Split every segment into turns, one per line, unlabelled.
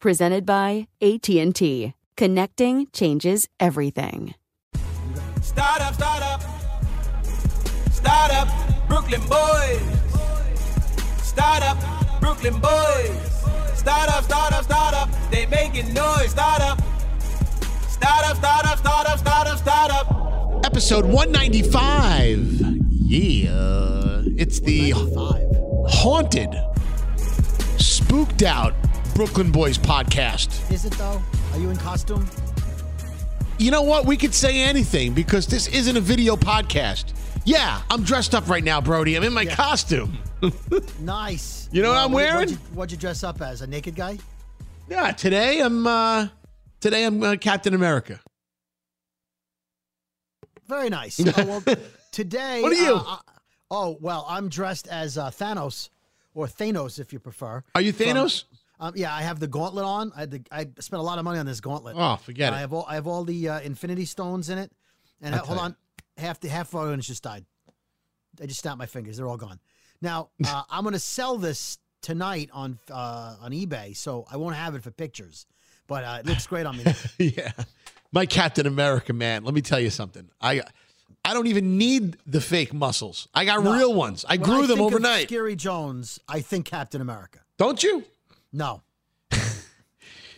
presented by AT&T. Connecting changes everything.
Start up, start up. Start up, Brooklyn boys. Start up, Brooklyn boys. Start up, start up, start up. They making noise. Start up. Start up, start up, start up, start up, start up.
Episode 195. Yeah. It's the haunted, spooked out Brooklyn Boys podcast.
Is it though? Are you in costume?
You know what? We could say anything because this isn't a video podcast. Yeah, I'm dressed up right now, Brody. I'm in my yeah. costume.
nice.
You know well, what I'm wearing?
What'd you, what'd you, dress up as? A naked guy?
Yeah. Today I'm. uh Today I'm uh, Captain America.
Very nice. oh, well, today.
What are you?
Uh, oh well, I'm dressed as uh, Thanos, or Thanos if you prefer.
Are you Thanos? From-
um, yeah, I have the gauntlet on. I, the, I spent a lot of money on this gauntlet.
Oh, forget
I
it.
Have all, I have all the uh, Infinity Stones in it. And I, hold on, it. half the half our owners just died. I just snapped my fingers; they're all gone. Now uh, I'm going to sell this tonight on uh, on eBay, so I won't have it for pictures. But uh, it looks great on me.
yeah, my Captain America man. Let me tell you something. I I don't even need the fake muscles. I got no, real ones. I grew I them overnight.
Scary Jones. I think Captain America.
Don't you?
No.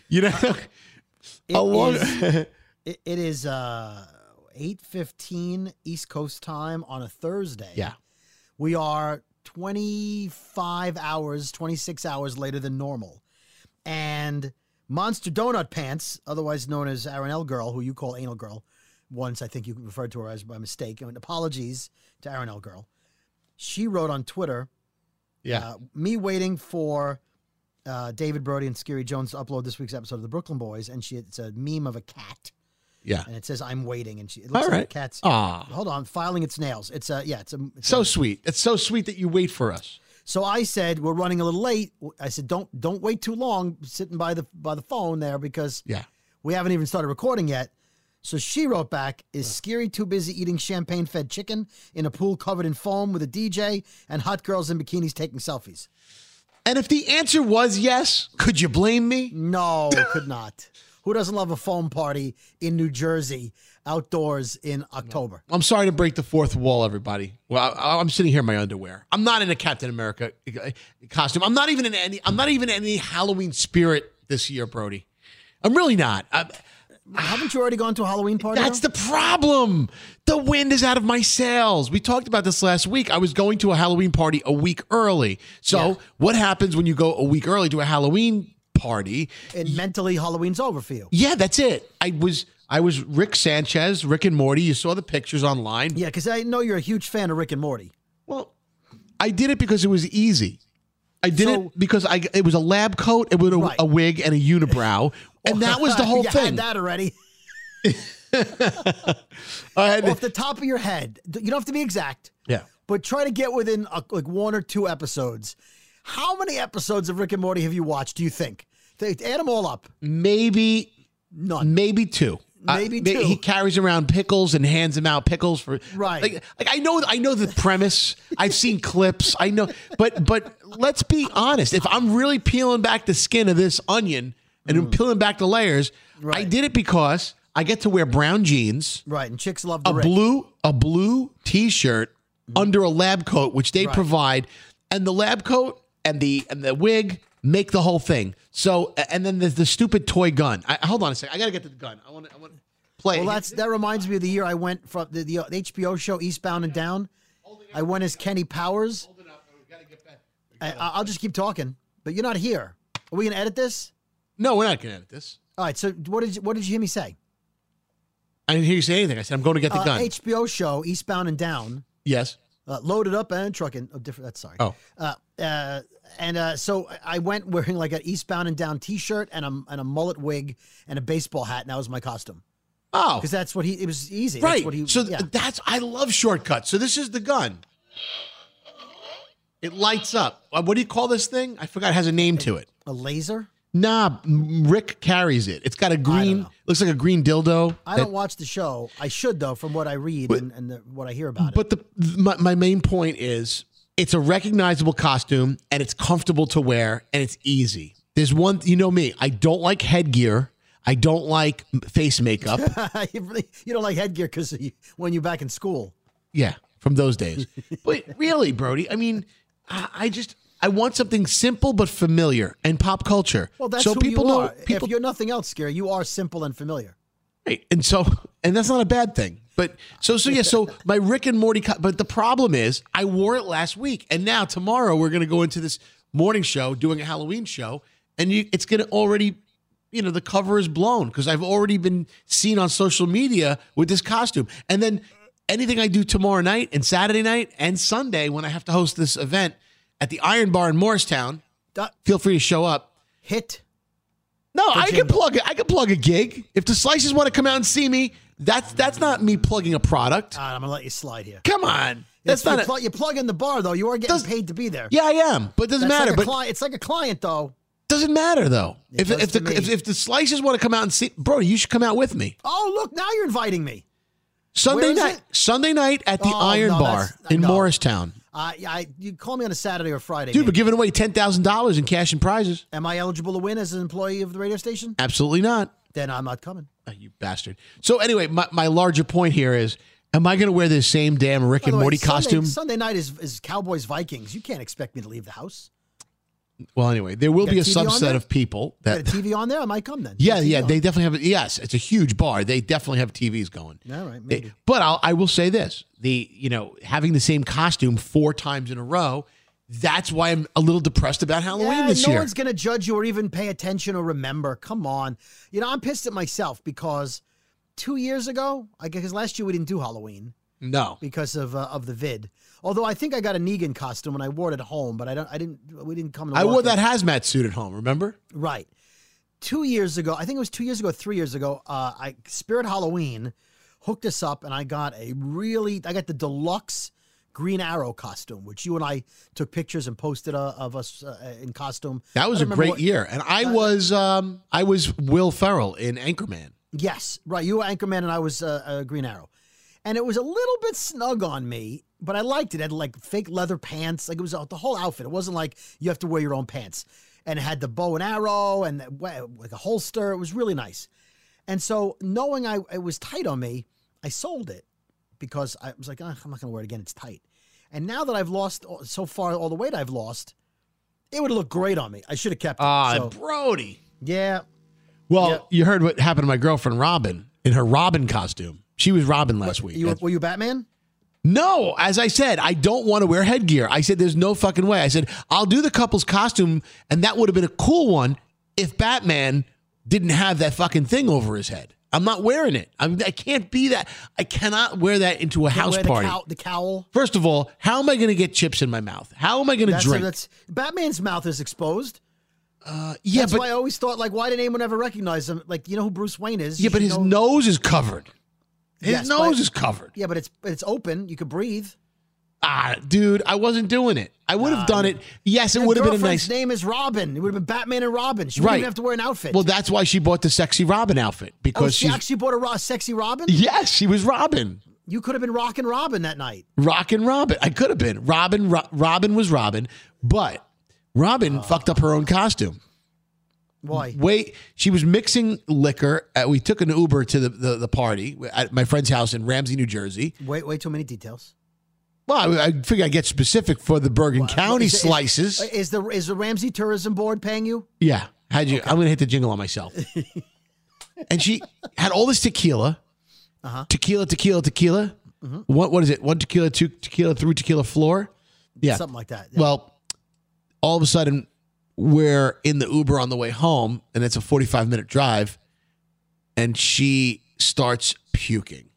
you know, uh,
it, long- is, it, it is uh, eight fifteen East Coast time on a Thursday.
Yeah,
we are twenty five hours, twenty six hours later than normal, and Monster Donut Pants, otherwise known as Aronel Girl, who you call Anal Girl, once I think you referred to her as by mistake. I mean, apologies to Aronel Girl. She wrote on Twitter.
Yeah, uh,
me waiting for. Uh, David Brody and Scary Jones to upload this week's episode of the Brooklyn Boys, and she it's a meme of a cat.
Yeah,
and it says "I'm waiting," and she it looks All like right. a cat's.
Aww.
hold on, filing its nails. It's a yeah, it's a it's
so
a,
sweet. It's so sweet that you wait for us.
So I said we're running a little late. I said don't don't wait too long sitting by the by the phone there because
yeah
we haven't even started recording yet. So she wrote back, "Is Scary too busy eating champagne fed chicken in a pool covered in foam with a DJ and hot girls in bikinis taking selfies?"
And if the answer was yes, could you blame me?
No, could not. Who doesn't love a foam party in New Jersey outdoors in October?
I'm sorry to break the fourth wall, everybody. Well, I, am sitting here in my underwear. I'm not in a Captain America uh, costume. I'm not even in any. I'm not even in any Halloween spirit this year, Brody. I'm really not. I'm,
haven't you already gone to a Halloween party?
That's now? the problem. The wind is out of my sails. We talked about this last week. I was going to a Halloween party a week early. So, yeah. what happens when you go a week early to a Halloween party?
And mentally Halloween's over for you.
Yeah, that's it. I was I was Rick Sanchez, Rick and Morty. You saw the pictures online.
Yeah, cuz I know you're a huge fan of Rick and Morty.
Well, I did it because it was easy. I did so, it because I it was a lab coat, it was a, right. a wig and a unibrow, and that was the whole
you
thing.
Had that already.
had,
Off the top of your head, you don't have to uh, be exact.
Yeah,
but try to get within a, like one or two episodes. How many episodes of Rick and Morty have you watched? Do you think? They, add them all up.
Maybe
None.
maybe two. Uh,
Maybe
may-
two.
He carries around pickles and hands them out pickles for
Right.
Like, like I know, I know the premise. I've seen clips. I know, but but let's be honest. If I'm really peeling back the skin of this onion and I'm peeling back the layers, I
Mm. Right.
did it because I get to wear brown jeans,
Right. And chicks love the
a
Rick.
blue a blue T-shirt
Mm-hmm.
under a lab coat, which they provide, and the lab coat and the and the wig make the whole thing. So a- and then there's the stupid toy gun. I, hold on a second, I gotta get to the gun. I want to I want to play.
Well, that's that reminds me of the year I went from the, uh, the HBO show Eastbound and Down. I went as Kenny Powers. I, I- I'll just keep talking, but you're not here. Are we gonna edit this?
no, we're not gonna edit this.
All right. So what did you, what did you hear me say?
I didn't hear you say anything. I said I'm going to get the
Uh,
gun.
HBO show Eastbound and Down,
yes.
uh, loaded up and trucking. Oh, different. That's sorry.
Oh.
Uh, uh, and uh, so I- I went wearing like an Eastbound and Down T-shirt and a and a mullet wig and a baseball hat, and that was my costume
Oh,
because that's what he. It was easy.
right.
That's what he,
so
yeah.
that's I love shortcuts. So this is the gun. It lights up. Uh, What do you call this thing? I forgot. It has a name to it.
a laser.
Nah, m- Rick carries it. It's got a green,
know.
looks like a green dildo.
I don't watch the show. I should though, from what I read and, and the, what I hear about it.
But the th- my, my main point is, it's a recognizable costume and it's comfortable to wear and it's easy. There's one, you know me. I don't like headgear. I don't like m- face makeup.
you, really- you don't like headgear because you, when you're back in school,
yeah, from those days. but really, Brody, I mean, I, I just I want something simple but familiar and pop culture.
well, that's
so
who
people
you
know
are.
people
if you're nothing else, Gary, you are simple and familiar.
Right. And so, and that's not a bad thing. But so, so yeah, so my Rick and Morty, co- but the problem is I wore it last week. And now tomorrow we're going to go into this morning show doing a Halloween show. And you, it's going to already, you know, the cover is blown because I've already been seen on social media with this costume. And then anything I do tomorrow night and Saturday night and Sunday when I have to host this event at the Iron Bar in Morristown,
Duh.
feel free to show up.
Hit.
No, I can
Jingle.
plug. I can plug a gig. If the slices want to come out and see me, that's that's not me plugging a product.
All right, I'm gonna let you slide here.
Come on, that's
you
not. A,
Plug, you plug in the bar though. You are getting
Does-
paid to be there.
yeah, I am, but it doesn't
That's like
matter.
a
But
cli- it's like a client though.
doesn't matter though.
It
if
does
if
to
the
me.
if, if the slices want to come out and see, Brody, you should come out with me
Oh, look, now you're inviting me.
Sunday
is
night.
it?
Sunday night at the
Oh,
Iron
no,
Bar
that's-
in
no.
Morristown,
Uh, yeah, I, you call me on a Saturday or Friday.
dude. We're
maybe.
giving away ten thousand dollars in cash and prizes.
Am I eligible to win as an employee of the radio station?
Absolutely not.
Then I'm not coming.
Oh, you bastard. So anyway, my, my larger point here is: Am I going to wear this same damn Rick
By
and
the way,
Morty
Sunday-
costume?
Sunday night is, is Cowboys Vikings. You can't expect me to leave the house.
Well, anyway, there will
Got
be a
TV on
subset
there?
of people
Got a
that.
TV on there? I might come then.
Yeah,
Got a
yeah,
TV
they definitely have. Yes, it's a huge bar. They definitely have TVs going.
on. All right,
They-
maybe.
but I'll, I will say this: the you know having the same costume four times in a row, that's why I'm a little depressed about Halloween
Yeah,
this
no
year.
one's gonna judge you or even pay attention or remember. Come on, you know I'm pissed at myself because two years ago, I guess last year we didn't do Halloween
No,
because of uh, of the vid. Although I think I got a Negan costume and I wore it at home, but I don't. I didn't. We didn't come. To
I
work
wore that
with-
hazmat suit at home. Remember?
Right. Two years ago, I think it was two years ago, three years ago, uh, I Spirit Halloween hooked us up and I got a really, I got the deluxe Green Arrow costume, which you and I took pictures and posted uh, of us uh, in costume.
That was a
I remember
great
what-
year, and I was um I was Will Ferrell in Anchorman.
Yes, right. You were Anchorman and I was uh, uh, Green Arrow. And it was a little bit snug on me, but I liked it. It had like fake leather pants. Like it was uh, the whole outfit. It wasn't like you have to wear your own pants. And it had the bow and arrow and the, wa- like a holster. It was really nice. And so knowing I it was tight on me, I sold it because I was like, "Ugh, I'm not going to wear it again. It's tight. And now that I've lost all- so far all the weight I've lost, it would look great on me. I should have kept it.
Ah,
So,
Brody.
yeah,
Well,
Yep.
you heard what happened to my girlfriend Robin in her Robin costume. She was Robin last week.
you, were- were you Batman?
No, as I said, I don't want to wear headgear. I said, there's no fucking way. I said, I'll do the couple's costume, and that would have been a cool one if Batman didn't have that fucking thing over his head. I'm not wearing it. I'm, I can't be that. I cannot wear that into a
Can't
house
wear
party.
The, cow- the cowl.
First of all, how am I going to get chips in my mouth? How am I going to
That's,
drink? Uh,
that's Batman's mouth is exposed.
yeah,
that's
but
why I always thought like, why did anyone ever recognize him? Like, you know who Bruce Wayne is?
yeah,
You
but
should
his
know-
nose is covered. His
Yes,
nose
but-
is covered.
Yeah, but it's it's open. You could breathe.
Ah, dude, I wasn't doing it. I would have done it. Yes, it would have been a nice.
Girlfriend's name is Robin. It would have been Batman and Robin. She wouldn't
Right.
even have to wear an outfit.
Well, that's why she bought the sexy Robin outfit
oh,
because
she
she's-
actually bought a ro- sexy Robin.
yes, she was Robin,
You could have been rocking Robin that night.
rockin' Robin. I could have been Robin. Ro- Robin was Robin, but
Oh.
Robin fucked up her own costume.
Why?
Wait, she was mixing liquor. Uh, we took an Uber to the, the, the party at my friend's house in Ramsey, New Jersey.
Wait, wait. Too many details.
Well, I, I figure I get specific for the Bergen County
Is- is-
slices.
Is the is the Ramsey Tourism Board paying you?
yeah, how'd you? I'm gonna hit the jingle on myself. and she had all this tequila, tequila, tequila, tequila. What what is it? One tequila, two tequila, three tequila floor. Yeah.
Something like that.
Well, all of a sudden, we're in the Uber on the way home, and it's a 45 minute drive, and she starts puking.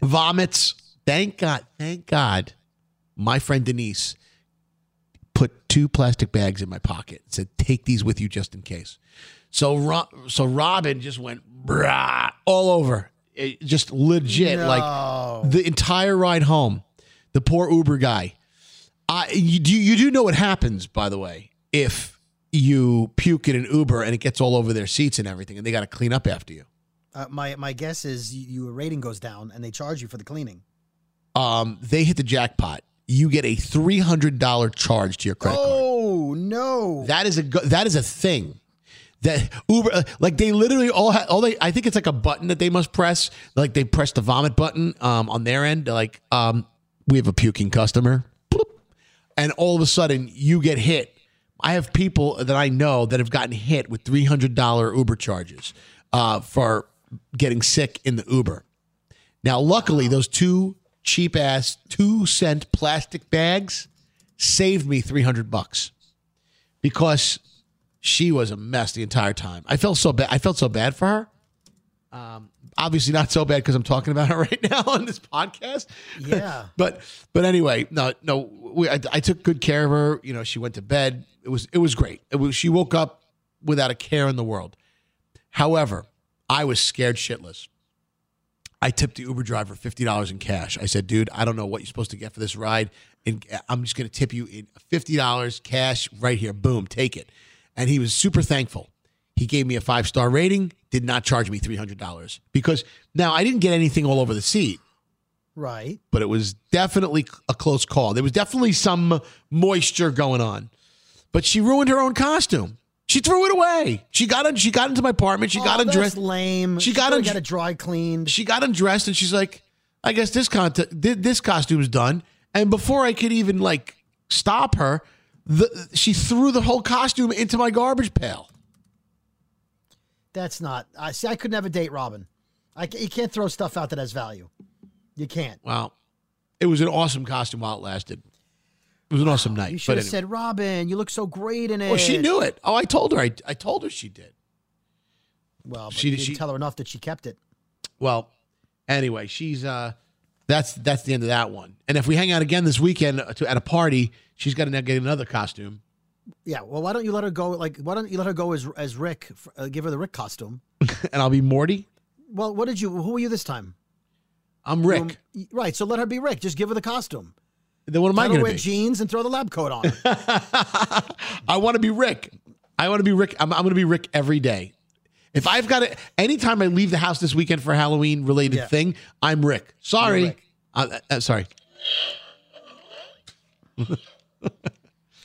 Vomits. Thank God. Thank God. My friend Denise put two plastic bags in my pocket and said, Take these with you just in case. So, Ro- so Robin just went brah all over. It- just legit, like the entire ride home. The poor Uber guy. I you do you do know what happens, by the way, if you puke in an Uber and it gets all over their seats and everything, and they got to clean up after you.
Uh, my my guess is y- your rating goes down and they charge you for the cleaning.
Um, they hit the jackpot. You get a three hundred dollar charge to your credit card.
Oh no!
That is a go- that is a thing. That Uber, uh, like they literally all, ha- all they, I think it's like a button that they must press. Like they press the vomit button um, on their end. They're like, um, we have a puking customer, Bloop. and all of a sudden you get hit. I have people that I know that have gotten hit with three hundred dollar Uber charges uh, for getting sick in the Uber. Now, luckily, those two cheap ass two cent plastic bags saved me three hundred bucks because she was a mess the entire time. I felt so bad. I felt so bad for her. Um, obviously not so bad because I'm talking about her right now on this podcast.
Yeah.
but but anyway, no no, we, I, I took good care of her. You know, she went to bed. It was it was great. It was, she woke up without a care in the world. However, I was scared shitless. I tipped the Uber driver fifty dollars in cash. I said, "Dude, I don't know what you're supposed to get for this ride, and I'm just going to tip you in fifty dollars cash right here. Boom, take it." And he was super thankful. He gave me a five star rating. Did not charge me three hundred dollars because now I didn't get anything all over the seat,
right.
but it was definitely a close call. There was definitely some moisture going on, but she ruined her own costume. She threw it away. She got in, she got into my apartment. She got
oh,
undressed.
That's lame.
She got
coulda
undre-
got it dry cleaned.
she got undressed and she's like, I guess this cont- thi- this costume's done. And before I could even like stop her, the, she threw the whole costume into my garbage pail.
That's not. I see. I could never date Robin. I ca- you can't throw stuff out that has value. You can't.
Wow. It was an awesome costume while it lasted. It was an awesome night.
You
but
should have
anyway.
said, Robin, you look so great in it.
well, she knew it. Oh, I told her. I, I told her she did.
Well, but
She-
she, didn't
she-
tell her enough that she kept it.
Well, anyway, she's uh that's that's the end of that one. And if we hang out again this weekend uh, to, at a party, she's got to now get another costume.
Yeah. Well, why don't you let her go? Like, why don't you let her go as as Rick? f- Uh, give her the Rick costume.
and I'll be Morty.
Well, what did you? Who were you this time?
I'm Rick.
Y- Right. So let her be Rick. Just give her the costume.
then what am I
Let her
going to
wear
be?
jeans and throw the lab coat on.
I want to be Rick. I want to be Rick. I'm, I'm going to be Rick every day. If I've got it, anytime I leave the house this weekend for a Halloween related
Yeah.
thing, I'm Rick. Sorry.
Rick.
Uh, uh, sorry.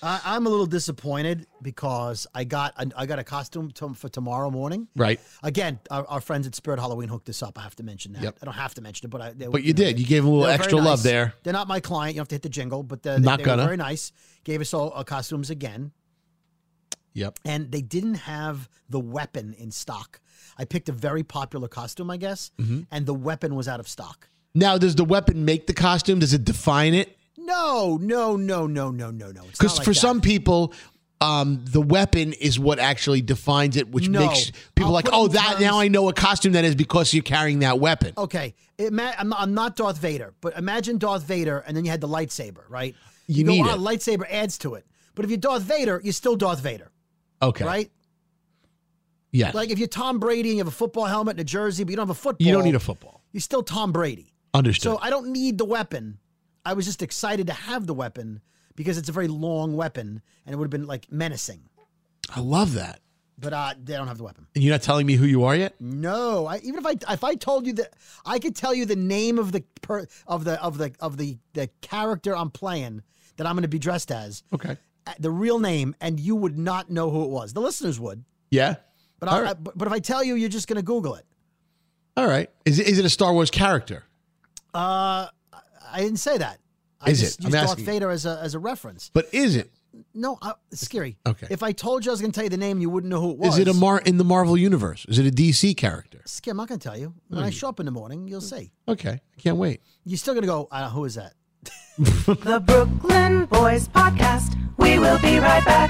I, I'm a little disappointed because I got an- I got a costume to, for tomorrow morning.
Right.
Again, our, our friends at Spirit Halloween hooked this up. I have to mention that.
Yep.
I don't have to mention it, but I. They,
But you did. You gave him a little
they were very
extra love
nice.
there.
They're not my client. You don't have to hit the jingle, but they're, they-
Not
they
gonna.
were very nice. Gave us all uh, costumes again,
Yep.
and they didn't have the weapon in stock. I picked a very popular costume, I guess,
Mm-hmm.
and the weapon was out of stock.
Now, does the weapon make the costume? Does it define it?
No, no, no, no, no, no, no. It's not
Because
like
for
that.
some people, um, the weapon is what actually defines it, which
No.
makes people
I'll
like,
put
oh,
in
that
terms-
now I know what costume that is because you're carrying that weapon.
Okay, ima- I'm, I'm not Darth Vader, but imagine Darth Vader, and then you had the lightsaber, right?
You need
"Ah,
it."
lightsaber adds to it. But if you're Darth Vader, you're still Darth Vader,
Okay.
Oh,
Uh,
right?
Yeah.
Like if you're Tom Brady and you have a football helmet and a jersey, but you don't have a football,
you don't need a football.
You're still Tom Brady.
Understood.
So I don't need the weapon. I I was just excited to have the weapon because it's a very long weapon and it would have been like menacing.
I love that.
But uh, they don't have the weapon.
And you're not telling me who you are yet?
No, I, even if I if I told you that I could tell you the name of the per, of the of the of the the character I'm playing that I'm going to be dressed as,
Okay.
uh, the real name, and you would not know who it was. The listeners would,
Yeah.
but
All
I,
right.
I, but but if I tell you, you're just going to Google it.
All right. Is it, is it a Star Wars character?
Uh, I didn't say that. I
Is
just
it? I'm
used Darth
asking you.
Vader as a as a reference.
But is it?
No, I, scary.
Okay.
If I told you I was going to tell you the name, you wouldn't know who it
Is
was.
it a Mar in the Marvel universe? Is it a DC character?
Skim, I'm not going to tell you. When
Hmm.
I show up in the morning, you'll see.
Okay. I can't wait.
You're still going to go, uh, who is that?
The Brooklyn Boys Podcast. We will be right back.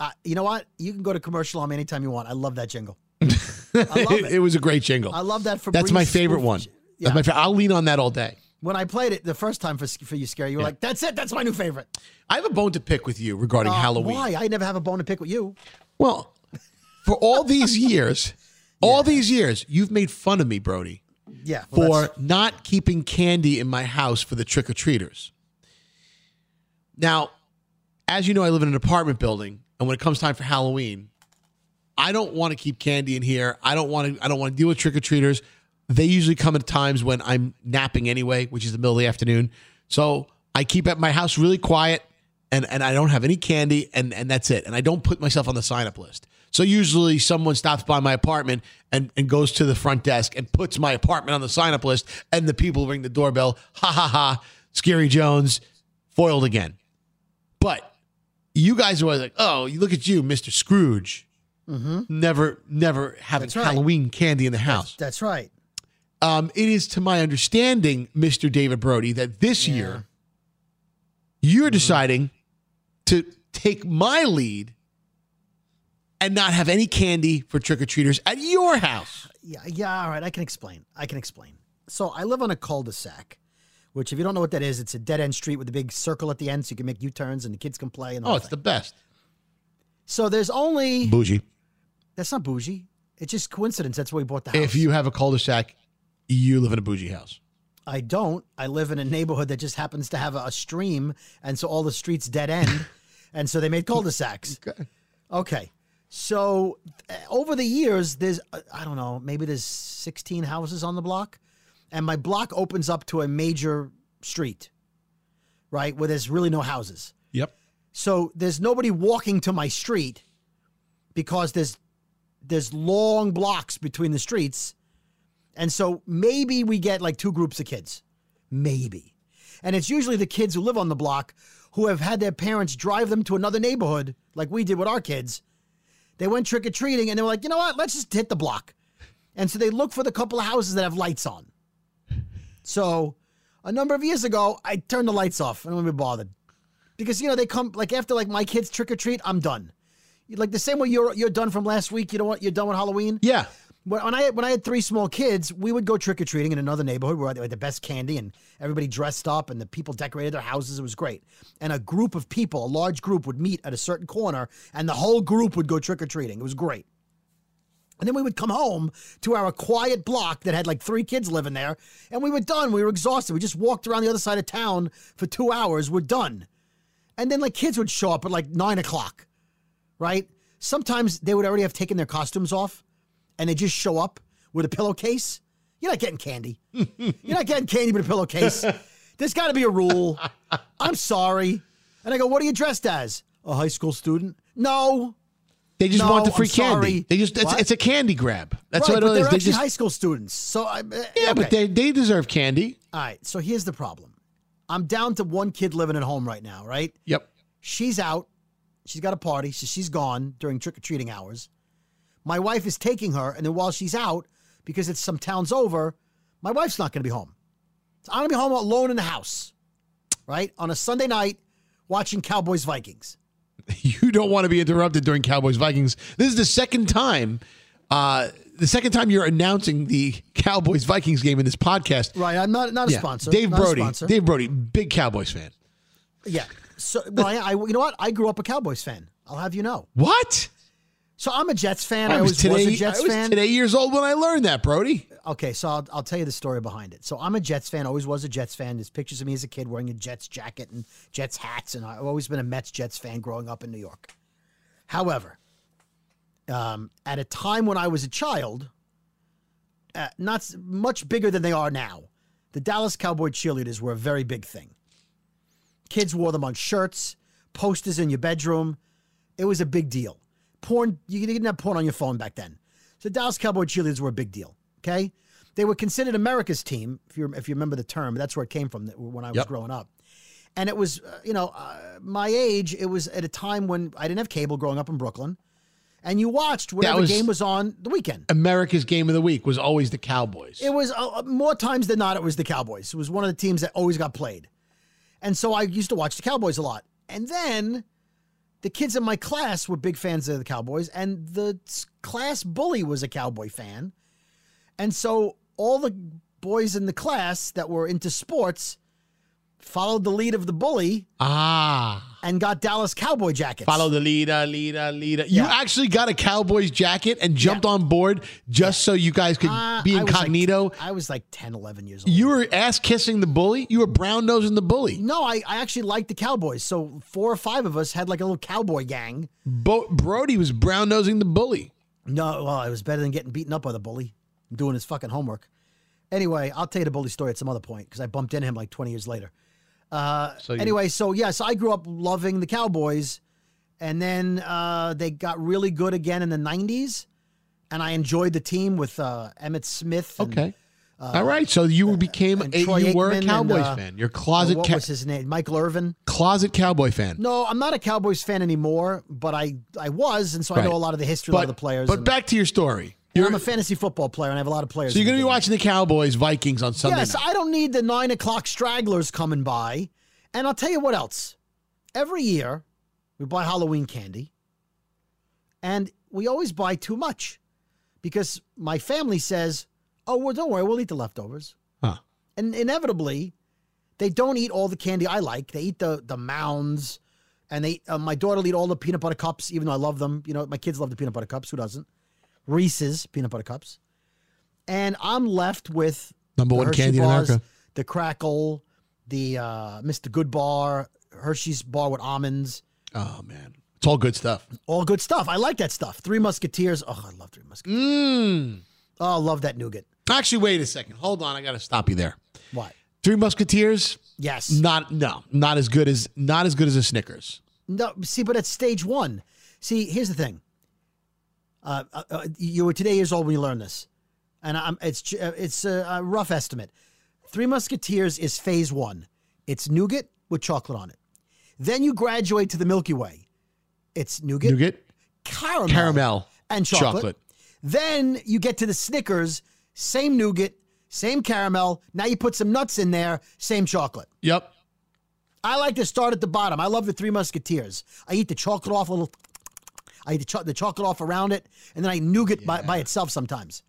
Uh, you know what? You can go to commercial on me anytime you want. I love that jingle.
it. was a great jingle.
I love that. Febreze
That's my favorite
spoof
one.
j-
That's my fa- I'll lean on that all day.
When I played it the first time for for you, Scary, you were like, "That's it. That's my new favorite."
I have a bone to pick with you regarding
Uh,
Halloween.
Why? I never have a bone to pick with you.
Well, for all these years, all these years, you've made fun of me, Brody,
Yeah. well,
for
that's-
not keeping candy in my house for the trick or treaters. Now, as you know, I live in an apartment building, and when it comes time for Halloween, I don't want to keep candy in here. I don't want to. I don't want to deal with trick or treaters. They usually come at times when I'm napping anyway, which is the middle of the afternoon. So I keep at my house really quiet, and and I don't have any candy, and and that's it. And I don't put myself on the sign up list. So usually someone stops by my apartment and and goes to the front desk and puts my apartment on the sign up list, and the people ring the doorbell. Ha ha ha! Scary Jones foiled again. But you guys are always like, oh, you look at you, Mister Scrooge never never having
Mm-hmm. That's right.
Halloween candy in the house.
That's right.
Um, it is to my understanding, Mr. David Brody, that this year
Mm-hmm.
you're deciding to take my lead and not have any candy for trick or treaters at your house.
Yeah. Yeah. All right. I can explain. I can explain. So I live on a cul-de-sac, which, if you don't know what that is, it's a dead end street with a big circle at the end, so you can make U-turns and the kids can play. And the
Oh,
whole
it's the
thing.
best.
so there's only
Bougie.
that's not bougie. It's just coincidence. That's where we bought the house.
If you have a cul-de-sac, you live in a bougie house.
I don't. I live in a neighborhood that just happens to have a, a stream, and so all the streets dead end, and so they made cul-de-sacs. Okay. So uh, over the years, there's uh, I don't know, maybe there's 16 houses on the block, and my block opens up to a major street, right, where there's really no houses.
Yep.
So there's nobody walking to my street because there's there's long blocks between the streets And so maybe we get like two groups of kids. Maybe. And it's usually the kids who live on the block who have had their parents drive them to another neighborhood, like we did with our kids. They went trick or treating and they were like, you know what? Let's just hit the block. And so they look for the couple of houses that have lights on. So a number of years ago, I turned the lights off. I don't want to be bothered. Because, you know, they come, like, after like my kids trick or treat, I'm done. Like the same way you're you're done from last week. You know what? You're done with Halloween.
Yeah.
When when I when I had three small kids, we would go trick or treating in another neighborhood where they had the best candy and everybody dressed up and the people decorated their houses. It was great. And a group of people, a large group, would meet at a certain corner, and the whole group would go trick or treating. It was great. And then we would come home to our quiet block that had like three kids living there, and we were done. We were exhausted. We just walked around the other side of town for two hours. We're done. And then like kids would show up at like nine o'clock, right? Sometimes they would already have taken their costumes off, and they just show up with a pillowcase. You're not getting candy. You're not getting candy with a pillowcase. There's got to be a rule. I'm sorry. And I go, what are you dressed as? A high school student? No.
They just
No,
want the free
I'm sorry.
candy. They just it's,
What?
it's a candy grab. That's
right,
what
but
it
they're
is. They
actually
just
high school students. So I, yeah,
yeah, but they they deserve candy.
All right. So here's the problem. I'm down to one kid living at home right now, right?
Yep.
She's out. She's got a party, so she's gone during trick or treating hours. My wife is taking her, and then while she's out, because it's some towns over, my wife's not going to be home. So I'm going to be home alone in the house, right? On a Sunday night, watching Cowboys Vikings.
You don't want to be interrupted during Cowboys Vikings. This is the second time, uh, the second time you're announcing the Cowboys Vikings game in this podcast.
Right. I'm not not a
Yeah.
sponsor.
Dave
not a
Brody.
sponsor.
Dave Brody, big Cowboys fan.
Yeah. So, well, I, I, you know what? I grew up a Cowboys fan. I'll have you know.
What?
So I'm a Jets fan. I,
I was
always was
today.
a Jets
I was
fan.
today years old when I learned that, Brody.
Okay, so I'll, I'll tell you the story behind it. So I'm a Jets fan. Always was a Jets fan. There's pictures of me as a kid wearing a Jets jacket and Jets hats, and I've always been a Mets Jets fan growing up in New York. However, um, at a time when I was a child, uh, not s- much bigger than they are now, the Dallas Cowboy cheerleaders were a very big thing. Kids wore them on shirts, posters in your bedroom. It was a big deal. Porn, you didn't have porn on your phone back then. So Dallas Cowboy cheerleaders were a big deal. Okay, they were considered America's team. If you if you remember the term, that's where it came from. that- When I was
Yep.
growing up, and it was uh, you know uh, my age. It was at a time when I didn't have cable growing up in Brooklyn, and you watched whatever
was-
game was on the weekend.
America's game of the week was always the Cowboys.
It was uh, more times than not. It was the Cowboys. It was one of the teams that always got played, and so I used to watch the Cowboys a lot. And then the kids in my class were big fans of the Cowboys, and the s- class bully was a Cowboy fan, and so all the boys in the class that were into sports followed the lead of the bully
Ah.
and got Dallas Cowboy jackets.
Follow the leader, leader, leader. You actually got a Cowboys jacket and jumped on board just so you guys could
Uh,
be
I was like-
incognito.
I was like 10, 11 years old.
you were ass kissing the bully. You were brown nosing the bully.
No, I, I actually liked the Cowboys. So four or five of us had like a little cowboy gang.
Bo- Brody was brown nosing the bully.
No, well, it was better than getting beaten up by the bully, doing his fucking homework. Anyway, I'll tell you the bully story at some other point because I bumped into him like 20 years later. Uh,
So you-
anyway, so yes, I grew up loving the Cowboys, and then uh, they got really good again in the 90s, and I enjoyed the team with uh, Emmett Smith. And,
Okay.
uh,
All right. So you became a,
and Troy
you were a
Aikman and,
Cowboys
uh,
fan. You're a closet
What
ca-
was his name? Michael Irvin.
closet Cowboy fan.
No, I'm not a Cowboys fan anymore, but I I was, and so I
Right.
know a lot of the history, a lot of the players.
But
and-
back to your story.
and I'm a fantasy football player, and I have a lot of players.
So you're
in the
going to be watching the Cowboys Vikings on Sunday
yes,
night.
I don't need the nine o'clock stragglers coming by. And I'll tell you what else. Every year, we buy Halloween candy, and we always buy too much because my family says, "Oh, well, don't worry, we'll eat the leftovers."
Huh.
And inevitably, they don't eat all the candy I like. They eat the the mounds, and they uh, my daughter will eat all the peanut butter cups, even though I love them. You know, my kids love the peanut butter cups. Who doesn't? Reese's peanut butter cups, and I'm left with
Number
the
one
Hershey
candy in
bars,
America.
the crackle, the uh, Mr. Good bar, Hershey's bar with almonds.
Oh man, it's all good stuff.
All good stuff. I like that stuff. Three Musketeers. Oh, I love Three Musketeers.
Mm.
Oh, I love that nougat.
Actually, wait a second. Hold on. I got to stop you there.
What?
Three Musketeers?
Yes.
Not no, not as good as not as good as a Snickers.
No, see, but at stage one, see, here's the thing. Uh, uh, uh, you were today years old when you learned this. and I'm, it's ju- uh, it's a, a rough estimate. Three Musketeers is phase one. It's nougat with chocolate on it. Then you graduate to the Milky Way. It's nougat,
nougat,
caramel,
Caramel.
and chocolate. Then you get to the Snickers, same nougat, same caramel. Now you put some nuts in there, same chocolate.
Yep.
I like to start at the bottom. I love the Three Musketeers. I eat the chocolate off a little. I eat the, cho- the chocolate off around it, and then I nougat by, by itself sometimes.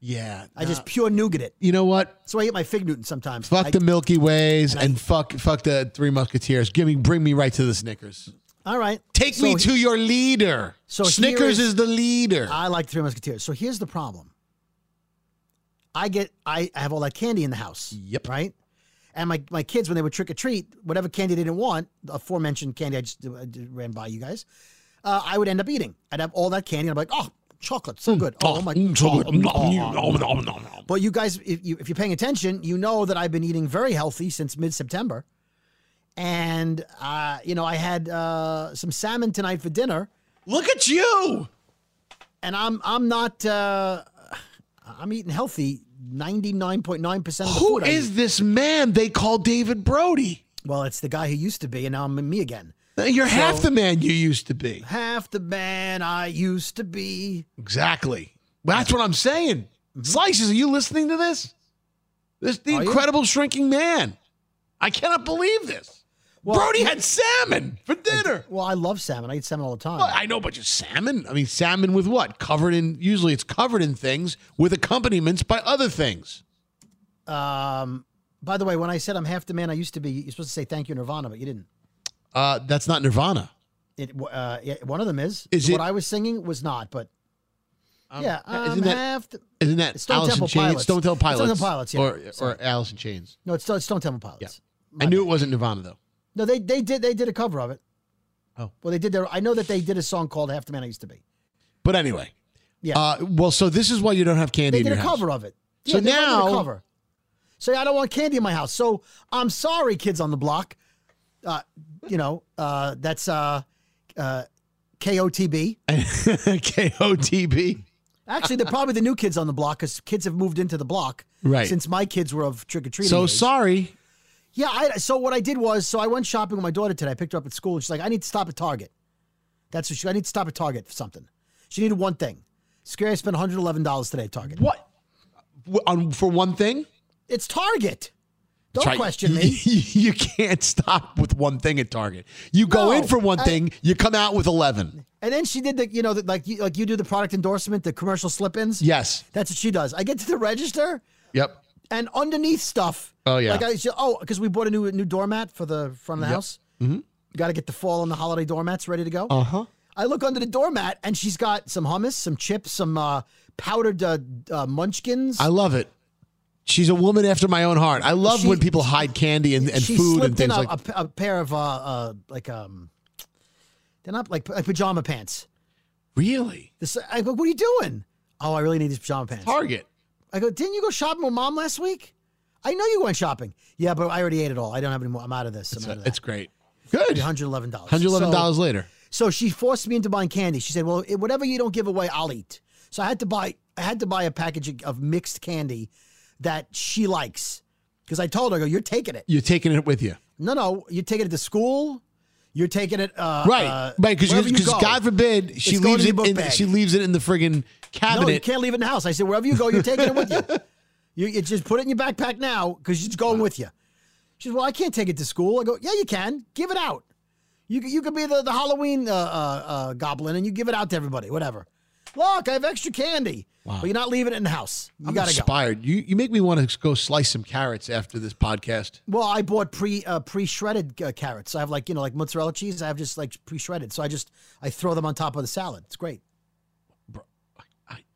Yeah.
I just pure nougat it.
You know what?
So I eat my fig Newton sometimes.
Fuck
I-
the Milky Ways and, fuck fuck the Three Musketeers. Give me bring me right to the Snickers.
All right.
Take me to your leader.
So here
Snickers is, the leader.
I like the Three Musketeers. So here's the problem. I get I I have all that candy in the house. Yep. Right. And my, my kids when they would trick or treat, whatever candy they didn't want, the aforementioned candy I just I just ran by you guys, uh, I would end up eating. I'd have all that candy, and I'm like, oh, chocolate, so good. Oh, my,
Mm, so good.
oh,
Nom,
oh,
nom,
oh,
nom, nom, nom.
But you guys, if, you, if you're paying attention, you know that I've been eating very healthy since mid September. And, uh, you know, I had uh, some salmon tonight for dinner.
Look at you!
And I'm I'm not, uh, I'm eating healthy 99.9% of the
Who
food. Oh, I
is
eat.
this man they call David Brody?
Well, it's the guy who used to be, and now I'm me again.
You're half
So-
the man you used to be.
Half the man I used to be.
Exactly. Well, that's what I'm saying. Slices, are you listening to this? This the incredible shrinking man. I cannot believe this. Brody had salmon for dinner.
Well, I love salmon. I eat salmon all the time.
Well, I know, but just salmon. I mean, salmon with what? Covered in usually it's covered in things with accompaniments by other things.
Um, by the way, when I said I'm half the man I used to be, you're supposed to say thank you, Nirvana, but you didn't.
Uh, that's not Nirvana.
It uh, yeah, one of them is.
Is
what
it- Um, uh,
I was singing was not, but yeah, I'm
isn't that-
half. The,
Isn't that
Stone
Alice in
Temple
Chains?
Pilots.
Stone Temple
Stone
Pilots.
Temple Pilots, yeah.
Or,
Sorry.
or Alice in Chains.
no, it's, Stone- it's Stone Temple Pilots.
I knew it wasn't Nirvana though.
No, they they did they did a cover of it.
Oh.
well, they did their. I know that they did a song called "Half the Man I Used to Be."
But anyway.
Yeah.
Uh, well, so this is why you don't have candy
They
in
did
your
a
house.
cover of it.
So
they both did a
now-
cover. So I don't want candy in my house. So I'm sorry, kids on the block. Uh, you know, uh, that's uh, uh, KOTB.
KOTB.
Actually, they're probably the new kids on the block because kids have moved into the block
Right.
since my kids were of trick or treating.
So sorry.
Yeah, I, so what I did was, so I went shopping with my daughter today. I picked her up at school, and she's like, "I need to stop at Target." That's what she. I need to stop at Target for something. She needed one thing. Scary. I spent one hundred eleven dollars today at Target.
What? W- On for one thing?
It's Target.
That's
Don't
right.
question me.
you can't stop with one thing at Target. You go
No,
in for one
I-
thing, you come out with 11.
And then she did the, you know, the, like you, like you do the product endorsement, the commercial slip-ins.
Yes.
that's what she does. I get to the register,
Yep.
and underneath stuff.
Oh, yeah.
Like I, she, oh, because we bought a new new doormat for the front of the house.
Mm-hmm.
You got to get the fall and the holiday doormats ready to go.
Uh-huh.
I look under the doormat and she's got some hummus, some chips, some uh, powdered uh, uh, munchkins.
I love it. She's a woman after my own heart. I love
She-
when people hide candy and, and
she
food and
slipped
things
in a,
like
a p- a pair of uh, uh, like um, they're not like, like pajama pants.
Really?
This, I go, what are you doing? Oh, I really need these pajama pants.
Target.
I go, didn't you go shopping with mom last week? I know you went shopping. Yeah, but I already ate it all. I don't have any more. I'm out of this. I'm out of that.
It's great. Good.
$111.
$111
So-
later.
So she forced me into buying candy. She said, "Well, it- whatever you don't give away, I'll eat." So I had to buy I had to buy a package of mixed candy that she likes because I told her, I "Go, you're taking it.
You're taking it with you.
No, no, you're taking it to school. You're taking it uh,
Right.
uh,
right. Because
wherever you go.
God forbid she
It's going
leaves
in
it
your book
in,
bag.
she leaves it in the friggin' cabinet.
No, you can't leave it in the house. I said, wherever you go, you're taking it with you. You, you just put it in your backpack now because it's going with you. She says, well, I can't take it to school. I go, yeah, you can. Give it out. You c- you could be the, the Halloween uh, uh, uh, goblin and you give it out to everybody, whatever. Look, I have extra candy. But you're not leaving it in the house. You
I'm
got to go.
inspired. You you make me want to go slice some carrots after this podcast.
Well, I bought pre uh, pre shredded uh, carrots. I have like you know like mozzarella cheese. I have just like pre shredded. So I just I throw them on top of the salad. It's great.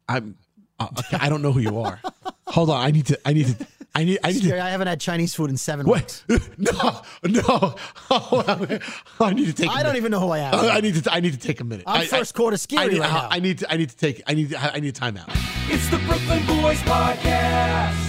I'm uh, okay, I don't know who you are. Hold on, I need to. I need to. I need. I need
Scary,
to.
I haven't had Chinese food in seven
What? No, no. I need to take. a
I don't
minute.
even know who I am.
I need to. I need to take a minute.
I'm
I- I-
first quarter scary
I need,
right now.
I need to. I need to take. I need. I need a timeout.
It's the Brooklyn Boys Podcast.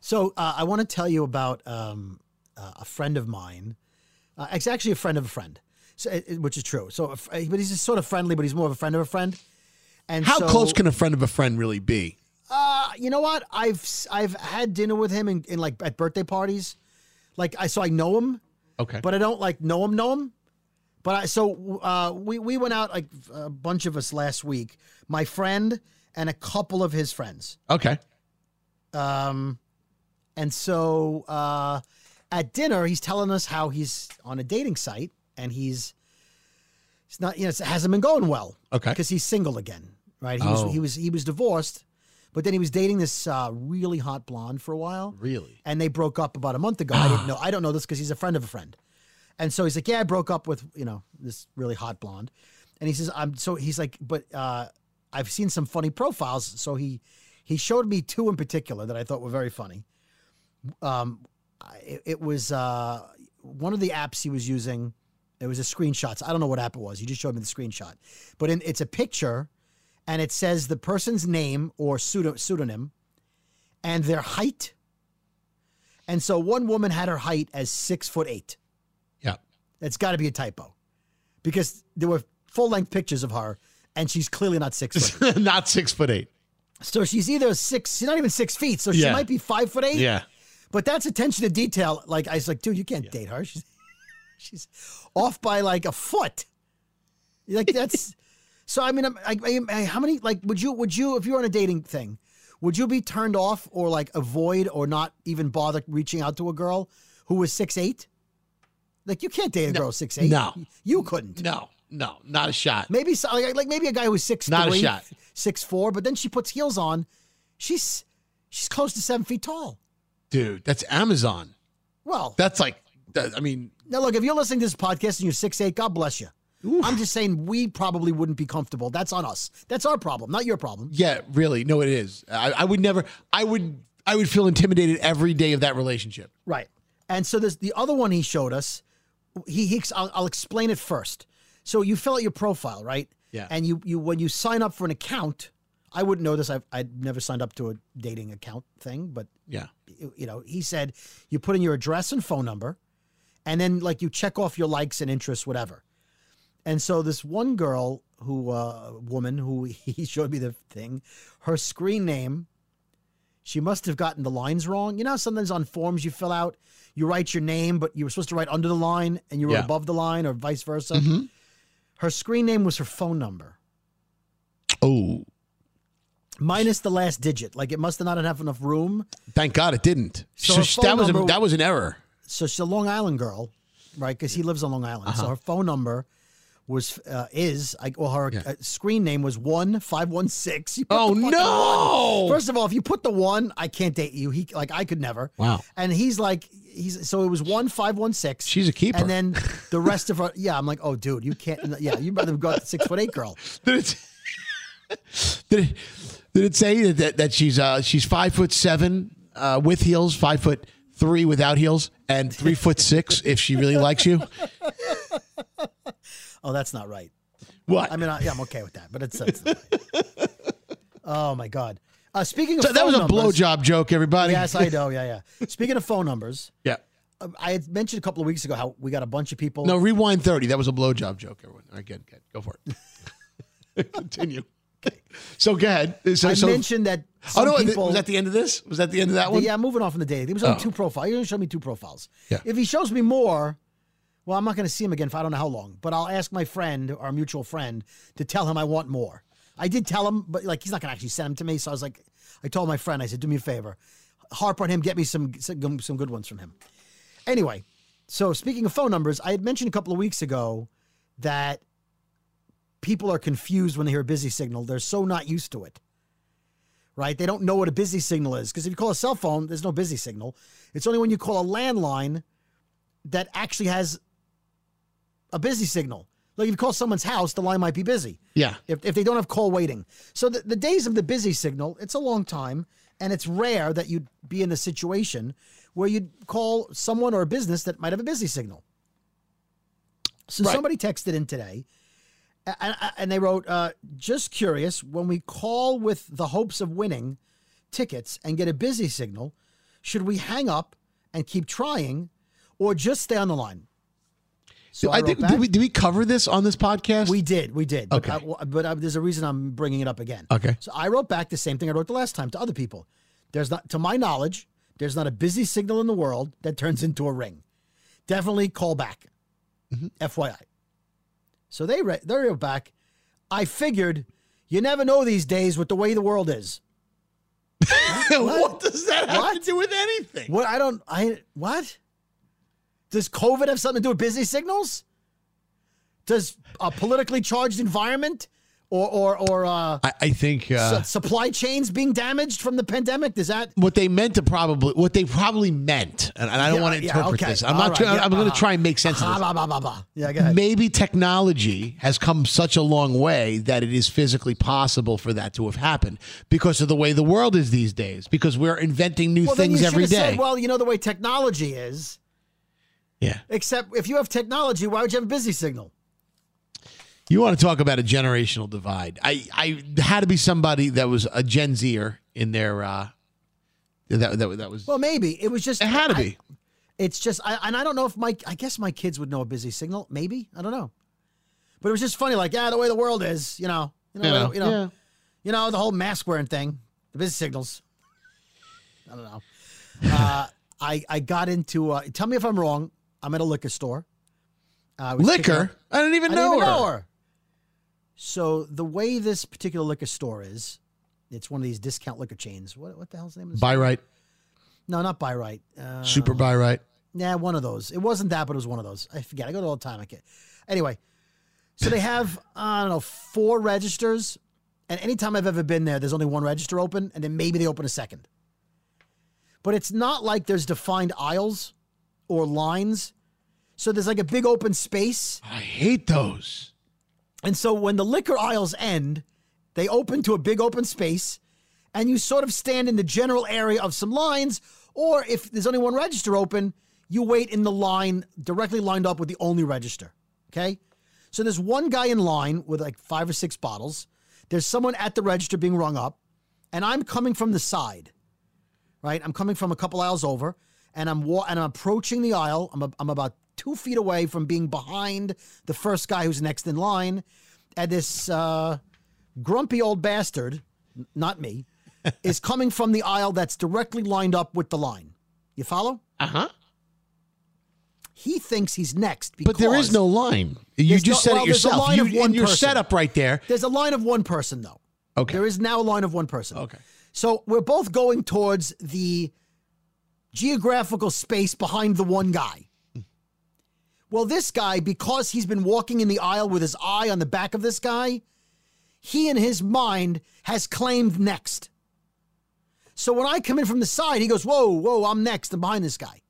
So uh, I want to tell you about um, uh, a friend of mine. Uh, it's actually a friend of a friend, so, it- it- which is true. So, a fr- but he's just sort of friendly, but he's more of a friend of a friend. And
How
so-
close can a friend of a friend really be?
Uh, you know what? I've s- I've had dinner with him in, in like at birthday parties, like I so I know him,
Okay.
but I don't like know him know him. But I so uh, we we went out like a bunch of us last week. My friend and a couple of his friends.
Okay.
Um, and so uh, at dinner, he's telling us how he's on a dating site and he's it's not you know it hasn't been going well.
Okay.
because he's single again, right? He
Oh.
was he was he was divorced, but then he was dating this uh, really hot blonde for a while.
Really?
and they broke up about a month ago. I didn't know. I don't know this because he's a friend of a friend, and so he's like, "Yeah, I broke up with you know this really hot blonde," and he says, "I'm so." He's like, "But uh, I've seen some funny profiles." So he he showed me two in particular that I thought were very funny. Um, I- it, it was uh one of the apps he was using. It was a screenshot. I don't know what app it was. You just showed me the screenshot, but in, it's a picture, and it says the person's name or pseudo, pseudonym, and their height. And so one woman had her height as six foot eight.
Yeah.
That's got to be a typo because there were full length pictures of her and she's clearly not six foot.
Not six foot eight.
so she's either six, she's not even six feet. So she
Yeah.
might be five foot eight.
Yeah.
But that's attention to detail. Like I was like, dude, you can't date her. She's she's off by like a foot. Like that's so. I mean, I'm- I, I, I, how many? Like, would you would you if you're on a dating thing, would you be turned off or like avoid or not even bother reaching out to a girl who was six eight? Like you can't date a girl six eight.
No.
you couldn't.
No, no, not a shot.
Maybe so, like, like maybe a guy who's six
Not a shot.
six four, but then she puts heels on. She's she's close to seven feet tall.
Dude, that's Amazon.
Well,
That's like, that, I mean,
Now, look, if you're listening to this podcast and you're six eight, God bless you. I'm just saying we probably wouldn't be comfortable. That's on us. That's our problem, not your problem.
yeah, really. No, it is. I, I would never, I would, I would feel intimidated every day of that relationship.
Right. And so there's the other one he showed us. He, he I'll, I'll explain it first. So you fill out your profile, right?
Yeah.
And you you when you sign up for an account, I wouldn't know this. I've I'd never signed up to a dating account thing, but
Yeah.
you you know, he said you put in your address and phone number, and then like you check off your likes and interests, whatever. And so this one girl who uh, woman who he showed me the thing, her screen name, she must have gotten the lines wrong. You know, how sometimes on forms you fill out, you write your name, but you were supposed to write under the line and you were
Yeah.
above the line, or vice versa. Her screen name was her phone number.
Oh,
minus the last digit. Like it must have not have enough room.
Thank God it didn't.
So
So
her
sh-
phone
that was a,
number-
that was an error.
So she's a Long Island girl, right? Because he lives on Long Island. So
Uh-huh.
her phone number was uh, is I well her uh, screen name was one five one six.
Oh, no!
First of all, if you put the one, I can't date you. He like I could never.
Wow.
And he's like he's so it was one five one six.
She's a keeper.
And then the rest of her yeah, I'm like oh dude you can't yeah you better go out to six foot eight girl.
Did it, did it say that, that, that she's uh, she's five foot seven uh, with heels, five foot three without heels, and three foot six if she really likes you?
Oh, that's not right.
What?
I mean, I, yeah, I'm okay with that, but it's. it's not right. oh my god. Uh, speaking of
So that was a
phone numbers-
blowjob joke, everybody.
Yes, I know. Yeah, yeah. Speaking of phone numbers,
Yeah.
uh, I had mentioned a couple of weeks ago how we got a bunch of people.
No, rewind thirty. That was a blowjob joke, everyone. All right, good, good. Go for it. Continue. So go ahead. So,
I
so-
mentioned that.
Oh
Some
no!
people,
was that the end of this? Was that the end of that one?
Yeah, moving on from the dating. It was only
Oh.
two profiles. He only showed me two profiles.
Yeah.
If he shows me more, well, I'm not going to see him again for I don't know how long. But I'll ask my friend, our mutual friend, to tell him I want more. I did tell him, but like he's not going to actually send them to me. So I was like, I told my friend, I said, do me a favor, harp on him, get me some some, some good ones from him. Anyway, so speaking of phone numbers, I had mentioned a couple of weeks ago that people are confused when they hear a busy signal. They're so not used to it, right? They don't know what a busy signal is because if you call a cell phone, there's no busy signal. It's only when you call a landline that actually has a busy signal. Like if you call someone's house, the line might be busy
Yeah.
if, if they don't have call waiting. So the, the days of the busy signal, it's a long time, and it's rare that you'd be in a situation where you'd call someone or a business that might have a busy signal. So somebody texted in today, a- a- a- and, they wrote, uh, "Just curious, when we call with the hopes of winning tickets and get a busy signal, should we hang up and keep trying, or just stay on the line?" So
I
wrote
think
back-
did we, did we cover this on this podcast?
we did, we did.
Okay.
But, I- w- but I, there's a reason I'm bringing it up again.
Okay.
So I wrote back the same thing I wrote the last time to other people. There's not, to my knowledge, there's not a busy signal in the world that turns into a ring. Definitely call back,
Mm-hmm.
FYI. So they re- they wrote back. I figured you never know these days with the way the world is.
what? does that have to do with anything?
What I don't I what? Does COVID have something to do with busy signals? Does a politically charged environment or or or uh,
I, I think uh,
su- supply chains being damaged from the pandemic? Does that
what they meant to probably what they probably meant, and, and I don't
Yeah,
want to
yeah,
interpret
okay.
this. I'm
All
not.
right,
try-
yeah,
I'm going
uh-huh.
to try and make sense of
Ah,
this.
blah, blah, blah, blah. Yeah, go ahead.
Maybe technology has come such a long way that it is physically possible for that to have happened because of the way the world is these days. Because we're inventing new
well, then you
things
should
every
have
day.
Said, well, you know the way technology is.
Yeah.
Except if you have technology, why would you have a busy signal?
You want to talk about a generational divide? I, I had to be somebody that was a Gen Zer in their. Uh, that, that that was
Well, maybe it was just
it had to
I-
be.
It's just, I, and I don't know if my, I guess my kids would know a busy signal. Maybe I don't know, but it was just funny. Like, yeah, the way the world is, you know, you know,
You
you know,
know,
you know,
yeah.
you know, the whole mask wearing thing, the busy signals. I don't know. Uh, I I got into. Uh, tell me if I'm wrong. I'm at a liquor store. Uh, I was picking
Liquor?
up-
I didn't even know her.
So the way this particular liquor store is, it's one of these discount liquor chains. What what the hell's the name of this?
Buy right,
No, not buy right. Uh,
super buy right.
Nah, one of those. It wasn't that, but it was one of those. I forget. I go to it all the time. I can't. Anyway, so they have I don't know four registers, and anytime I've ever been there, there's only one register open, and then maybe they open a second. But it's not like there's defined aisles or lines, so there's like a big open space.
I hate those.
And so when the liquor aisles end, they open to a big open space, and you sort of stand in the general area of some lines, or if there's only one register open, you wait in the line directly lined up with the only register. Okay? So there's one guy in line with like five or six bottles. There's someone at the register being rung up, and I'm coming from the side right? I'm coming from a couple aisles over, and I'm wa- and I'm approaching the aisle. I'm a- I'm about two feet away from being behind the first guy who's next in line, and this uh, grumpy old bastard, n- not me, is coming from the aisle that's directly lined up with the line. You follow?
Uh huh.
He thinks he's next, because
But there is no line. You
There's
just
no-
said
well,
it
there's a
yourself.
line
You,
of one
in your
person.
setup right there.
There's a line of one person though.
Okay.
There is now a line of one person.
Okay.
So we're both going towards the geographical space behind the one guy. Well, this guy, because he's been walking in the aisle with his eye on the back of this guy, he in his mind has claimed next. So when I come in from the side, he goes, Whoa, whoa, I'm next. I'm behind this guy.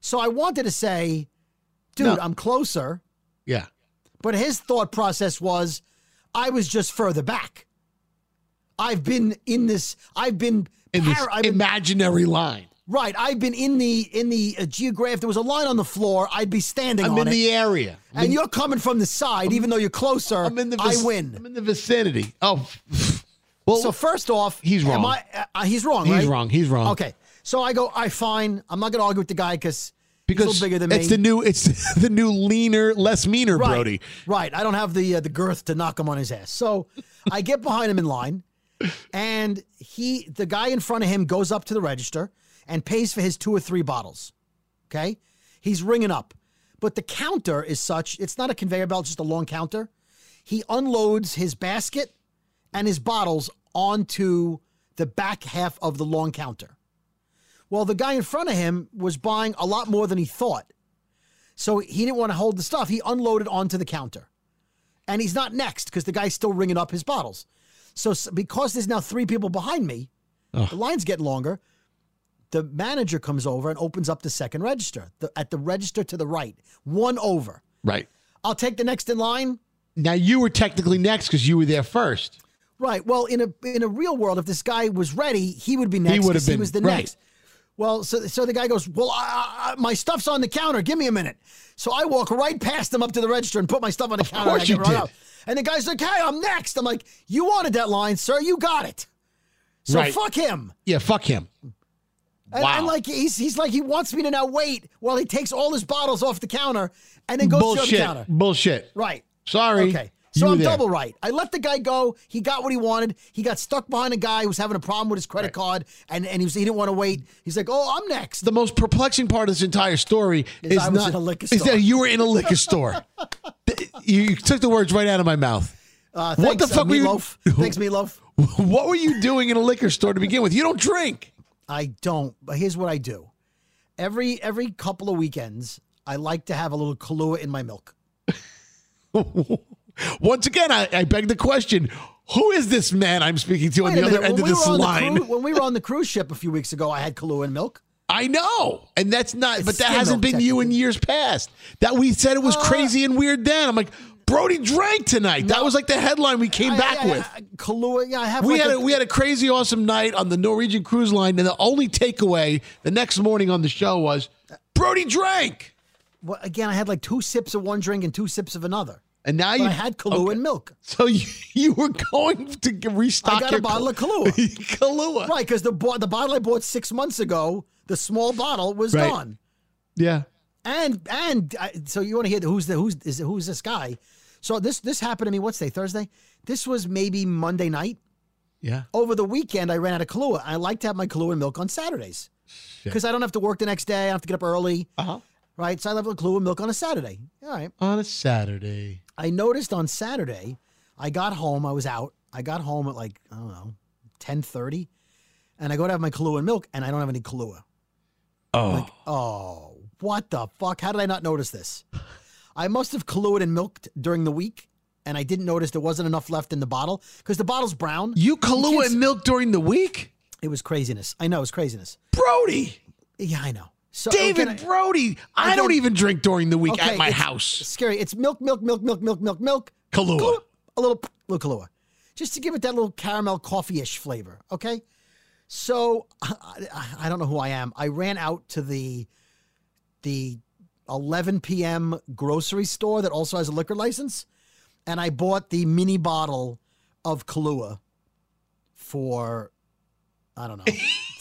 So I wanted to say, Dude,
No.
I'm closer.
Yeah.
But his thought process was, I was just further back. I've been in this. I've been
In this imaginary line.
Right. I've been in the in the uh, geograph. There was a line on the floor. I'd be standing.
I'm
on
in
it.
the area.
and you're coming from the side, even though you're closer. i
vic-
win.
I'm in the vicinity. Oh,
well. So first off,
He's
am
wrong.
I- uh, uh, he's wrong.
He's
right?
wrong. He's wrong.
Okay. So I go. I fine. I'm not going to argue with the guy because
because
he's a little bigger than
it's
me.
the new it's the new leaner, less meaner
right,
Brody.
Right. I don't have the uh, the girth to knock him on his ass. So I get behind him in line, and he the guy in front of him goes up to the register and pays for his two or three bottles. Okay, he's ringing up, but the counter is such it's not a conveyor belt, it's just a long counter. He unloads his basket and his bottles onto the back half of the long counter. Well, the guy in front of him was buying a lot more than he thought. So he didn't want to hold the stuff. He unloaded onto the counter. And he's not next because the guy's still ringing up his bottles. So s- because there's now three people behind me, the line's getting longer. The manager comes over and opens up the second register the, at the register to the right, one over.
Right.
I'll take the next in line.
Now you were technically next because you were there first.
Right. Well, in a in a real world, if this guy was ready, he would be next.
He would
'cause
have been-
He was the
right.
next. Well, so so the guy goes, "Well, I, I, my stuff's on the counter. Give me a minute." So I walk right past him up to the register and put my stuff on the counter.
course
and I
you
get right
did.
up. And the guy's like, "Hey, I'm next." I'm like, "You wanted that line, sir. You got it." So
Right.
fuck him.
Yeah, fuck him.
And,
Wow.
and like he's he's like he wants me to now wait while he takes all his bottles off the counter and then goes to the
Bullshit.
other counter.
Bullshit.
Right.
Sorry.
Okay.
You
So
were
I'm
there.
double right. I let the guy go. He got what he wanted. He got stuck behind a guy who was having a problem with his credit card, and, and he was he didn't want to wait. He's like, "Oh, I'm next."
The most perplexing part of this entire story
Is
is,
I was
not
in a liquor
is
store.
that you were in a liquor store. Th- you, you took the words right out of my mouth.
Uh,
What
thanks,
the fuck
uh,
were you-
Meatloaf. Thanks, Meatloaf.
what were you doing in a liquor store to begin with? You don't drink.
I don't. But here's what I do. Every every couple of weekends, I like to have a little Kahlua in my milk.
Once again, I, I beg the question: Who is this man I'm speaking to on the
Wait a
other
minute,
end of
when we
this
were on the
line?
cru- when we were on the cruise ship a few weeks ago, I had Kahlua in milk.
I know, and that's not.
It's
but that
skim
hasn't
milk,
been you in years past. That we said it
Uh,
was crazy and weird. Then I'm like, Brody drank tonight. that was like the headline we came
I-
back
I- I-
with.
Kahlua. Yeah, I have.
we
like
had
a-
a, we had a crazy awesome night on the Norwegian cruise line, and the only takeaway the next morning on the show was Brody drank.
well, again, I had like two sips of one drink and two sips of another.
And now
But
you
I had Kahlua
Okay.
and milk.
So you, you were going to g- restock
I got
your
a bottle of
Kahl-
Kahlua.
Kahlua.
Right, because the bo- the bottle I bought six months ago, the small bottle was
Right.
gone.
Yeah.
And and I, so you want to hear the, who's the who's is who's this guy? So this this happened to me. What's day Thursday? This was maybe Monday night.
Yeah.
Over the weekend, I ran out of Kahlua. I like to have my Kahlua and milk on Saturdays because I don't have to work the next day. I don't have to get up early.
Uh huh.
Right, so I love Kahlua and milk on a Saturday. All right.
On a Saturday.
I noticed on Saturday, I got home. I was out. I got home at like I don't know, ten thirty, and I go to have my Kahlua and milk, and I don't have any Kahlua.
Oh.
Oh, what the fuck? How did I not notice this? I must have Kahlua and milked during the week, and I didn't notice there wasn't enough left in the bottle because the bottle's brown.
You
can't
Kahlua
s-
and milk during the week?
It was craziness. I know it was craziness.
Brody.
Yeah, I know. So
David
again, I-
Brody. I don't
again-
even drink during the week
Uh, Okay,
at my
it's
house.
Scary. It's milk, milk, milk, milk, milk, milk, milk.
Kahlua.
A little, little Kahlua. Just to give it that little caramel coffee ish flavor. Okay. So I, I- I don't know who I am. I ran out to the the 11 p.m. grocery store that also has a liquor license, and I bought the mini bottle of Kahlua for I don't know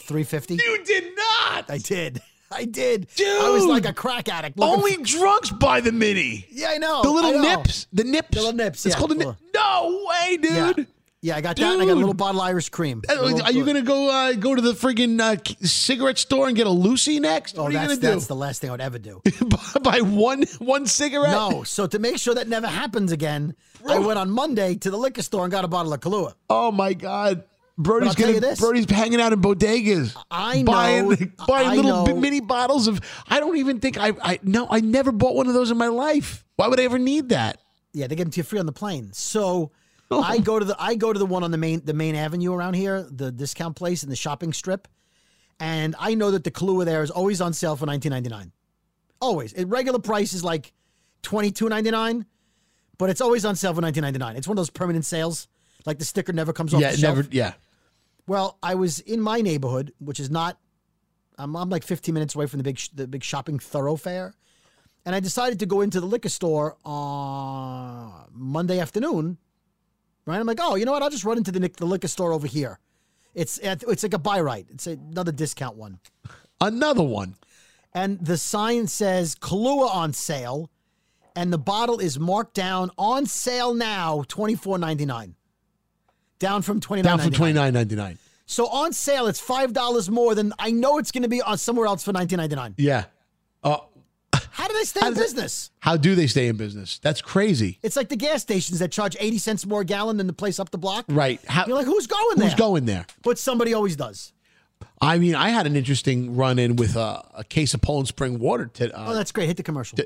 350.
You did not.
I did. I did.
Dude.
I was like a crack addict. looking
Only
for-
drunks buy the mini.
yeah, I know.
The
Oh, I
little
know.
nips. The nips.
The little nips.
It's
yeah.
called a nip.
Well,
No way, dude.
Yeah, I got that. and I got a little
Dude.
bottle of Irish cream.
Hey, Are you gonna go uh, go to the friggin' uh, c- cigarette store and get a Lucy next?
Oh,
what are you
that's,
gonna
that's
do?
the last thing I would ever do.
Buy one one cigarette?
No. So to make sure that never happens again, I went on Monday to the liquor store and got a bottle of Kahlua.
Oh my God, Brody's
I'll tell
gonna-
you this.
Brody's hanging out in bodegas.
I know.
buying buying
I
little bi-
know.
mini bottles of. I don't even think I. I no, I never bought one of those in my life. Why would I ever need that?
Yeah, they give them to you free on the plane. So
Oh.
I go to the I go to the one on the main the main avenue around here, the discount place in the shopping strip, and I know that the Kahlua there is always on sale for nineteen ninety nine. Always, At regular price is like twenty two ninety nine, but it's always on sale for nineteen ninety nine. It's one of those permanent sales, like the sticker never comes off.
yeah,
the
it
shelf.
never. Yeah,
Well, I was in my neighborhood, which is not. I'm, I'm like 15 minutes away from the big sh- the big shopping thoroughfare, and I decided to go into the liquor store on Monday afternoon. Right, I'm like, oh, you know what? I'll just run into the, nic- the liquor store over here. It's at- it's like a buy right. It's another discount one.
Another one.
And the sign says Kahlua on sale, and the bottle is marked down on sale now twenty four ninety nine, down from twenty nine.
down from twenty nine ninety nine.
So on sale, it's five dollars more than I know it's going to be on somewhere else for nineteen ninety nine.
Yeah. Oh,
How do they stay in business?
how do they stay in business? That's crazy.
It's like the gas stations that charge eighty cents more a gallon than the place up the block.
Right. How,
You're like, who's going there?
Who's going there?
But somebody always does.
I mean, I had an interesting run in with a, a case of Poland Spring water. To, uh,
oh, that's great. Hit the commercial.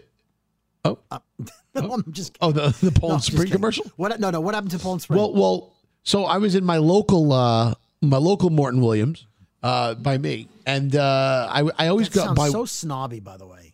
Uh,
oh.
no, I'm just.
oh, the the
No,
Poland
I'm just
Spring
kidding.
commercial.
What? No, no. What happened to Poland Spring?
Well, well. So I was in my local, uh, my local Morton Williams, uh, by me, and uh, I I always
that
got
sounds
by.
so snobby, by the way.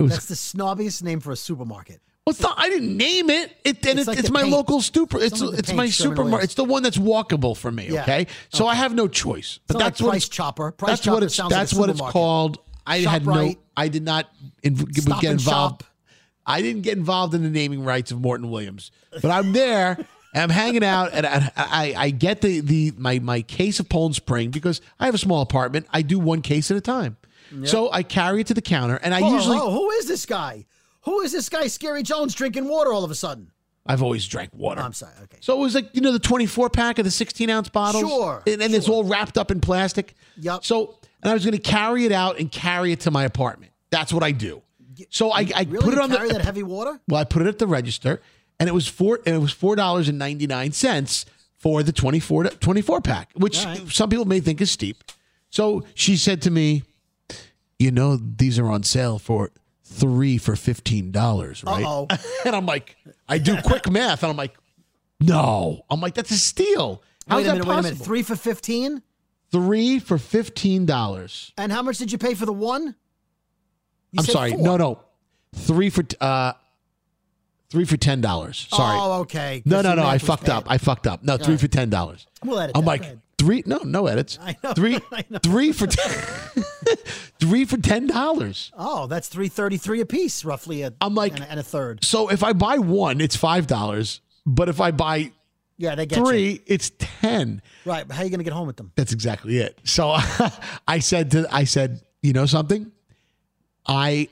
was-
that's the snobbiest name for a supermarket.
What's the? I didn't name it. It and it's, it's,
like the
my
paint.
local super. It's
like the
it's
paint,
my
Sherman
supermarket.
Williams.
It's the one that's walkable for me.
Yeah.
Okay, so I have no choice.
not like
what
Price
it's-
Chopper. Price
that's what
Chopper
it's.
sounds like a
That's what it's
supermarket.
called. I had no.
ShopRite.
I did not inv- get
Stop
get
and
involved. I didn't get involved in the naming rights of Morton Williams, but I'm there. and I'm hanging out, and I, I, I get the the my my case of Poland Spring because I have a small apartment. I do one case at a time, so I carry it to the counter, and I
Whoa,
usually
whoa, who is this guy? Who is this guy? Scary Jones drinking water all of a sudden.
I've always drank water.
I'm sorry. Okay.
So it was like you know the 24 pack of the 16 ounce bottles,
Sure,
and, and it's all wrapped up in plastic. Yep. So and I was going to carry it out and carry it to my apartment. That's what I do. So I, I
Really?
put it on
carry
the
that heavy water?
well, I put it at the register, and it was four. And it was four dollars and ninety nine cents for the 24, to- 24 pack, which some people may think is steep. So she said to me, "You know, these are on sale for three for fifteen dollars, right?"
Uh-oh.
And I'm like, I do quick math, and I'm like, no, I'm like, that's a steal. How's
wait a
that
minute,
possible?
wait a minute. Three for 15?
Three for fifteen dollars.
And how much did you pay for the one? You
I'm
said
sorry,
four.
no, no, three for uh, three for ten dollars. Sorry.
Oh, okay. 'cause
No, no,
your
no.
math
I
was
fucked
bad.
up. I fucked up. No,
All
three
right.
for ten dollars.
We'll edit
I'm
that.
like
Go ahead.
three. No, no edits. Three, three for ten. three for ten dollars.
Oh, that's 333 a piece, roughly. A,
I'm like,
and a, and a third.
So if I buy one, it's five dollars. But if I buy
Yeah, they get you.
three, it's ten.
Right. but How are you going to get home with them?
That's exactly it. So I said to I said, you know something? I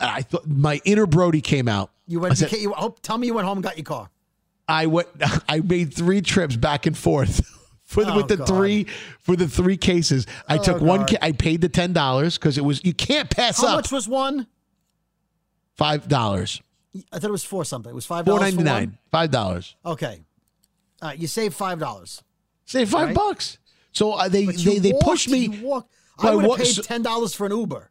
I thought my inner Brody came out.
You
I
went, you,
said-
ca- you, oh, tell me you went home and got your car.
I went. I made three trips back and forth for the,
Oh,
with the
God.
three for the three cases. I
Oh,
took one.
God.
Ca- I paid the ten dollars because it was you can't pass
How
up
much was one?
five dollars,
I thought it was four something. It was
four
$5. for
ninety
one?
nine, five dollars.
Okay. All right. You saved $5.
Say five
Right.
bucks. So uh, they
But
they
you
they
walked,
pushed me.
you walked.
Well, I
I would
wa-
have paid
so-
$10 for an Uber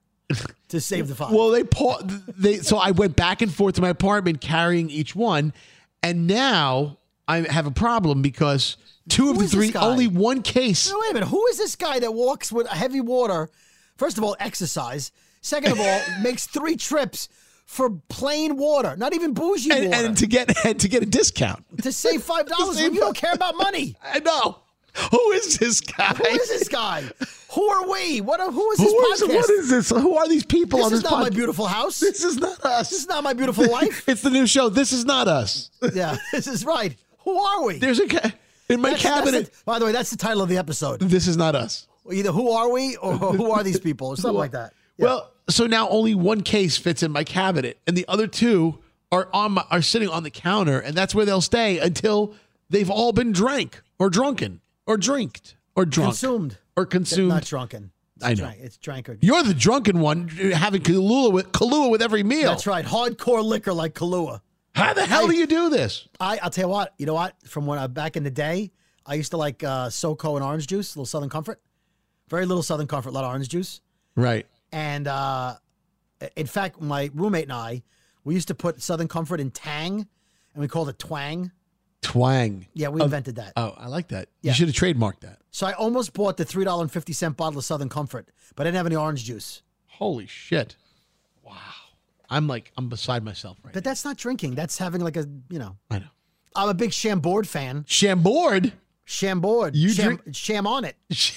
to save the five.
Well, they pa- they so I went back and forth to my apartment carrying each one, and now I have a problem because two of
Who
the
is this
three
guy?
only one case.
Now, wait a minute. Who is this guy that walks with heavy water? First of all, exercise. Second of all, makes three trips for plain water, not even bougie
And,
water,
and to get and to get a discount.
to save five dollars when you don't care about money.
I know. Who is this guy?
Who is this guy? Who are we? What? Are, who is
Who
this
is-
podcast?
what is this? Who are these people
This
on
is
this
not my
podcast?
beautiful house.
This is not us.
This is not my beautiful life.
It's the new show. This is not us.
yeah, this is right. Who are we?
There's a ca- in my
That's- that's the-
cabinet.
by the way, that's the title of the episode.
This is not us.
Either who are we or who are these people or something like that.
Well, so now only one case fits in my cabinet, and the other two are on my, are sitting on the counter, and that's where they'll stay until They've all been drank or drunken or drinked or drunk
Consumed.
or consumed.
Not drunken. It's
I know.
drank- it's drank or
You're the drunken one having Kahlua with Kahlua with every meal.
That's right. Hardcore liquor like Kahlua.
How the hell do you do this?
I, I'll tell you what. You know what? From when I back in the day, I used to like uh, SoCo and orange juice, a little Southern Comfort. Very little Southern Comfort, a lot of orange juice.
Right.
And uh, in fact, my roommate and I, we used to put Southern Comfort in Tang, and we called it Twang.
Twang.
Yeah, we
Oh,
invented that.
Oh, I like that.
Yeah.
You should have trademarked that.
So I almost bought the three dollar and fifty cent bottle of Southern Comfort, but I didn't have any orange juice.
Holy shit. Wow. I'm like, I'm beside myself right
But that's not drinking. That's having like a you know.
I know.
I'm a big Chambord fan.
Chambord.
Chambord.
You
Sham, Sham on it.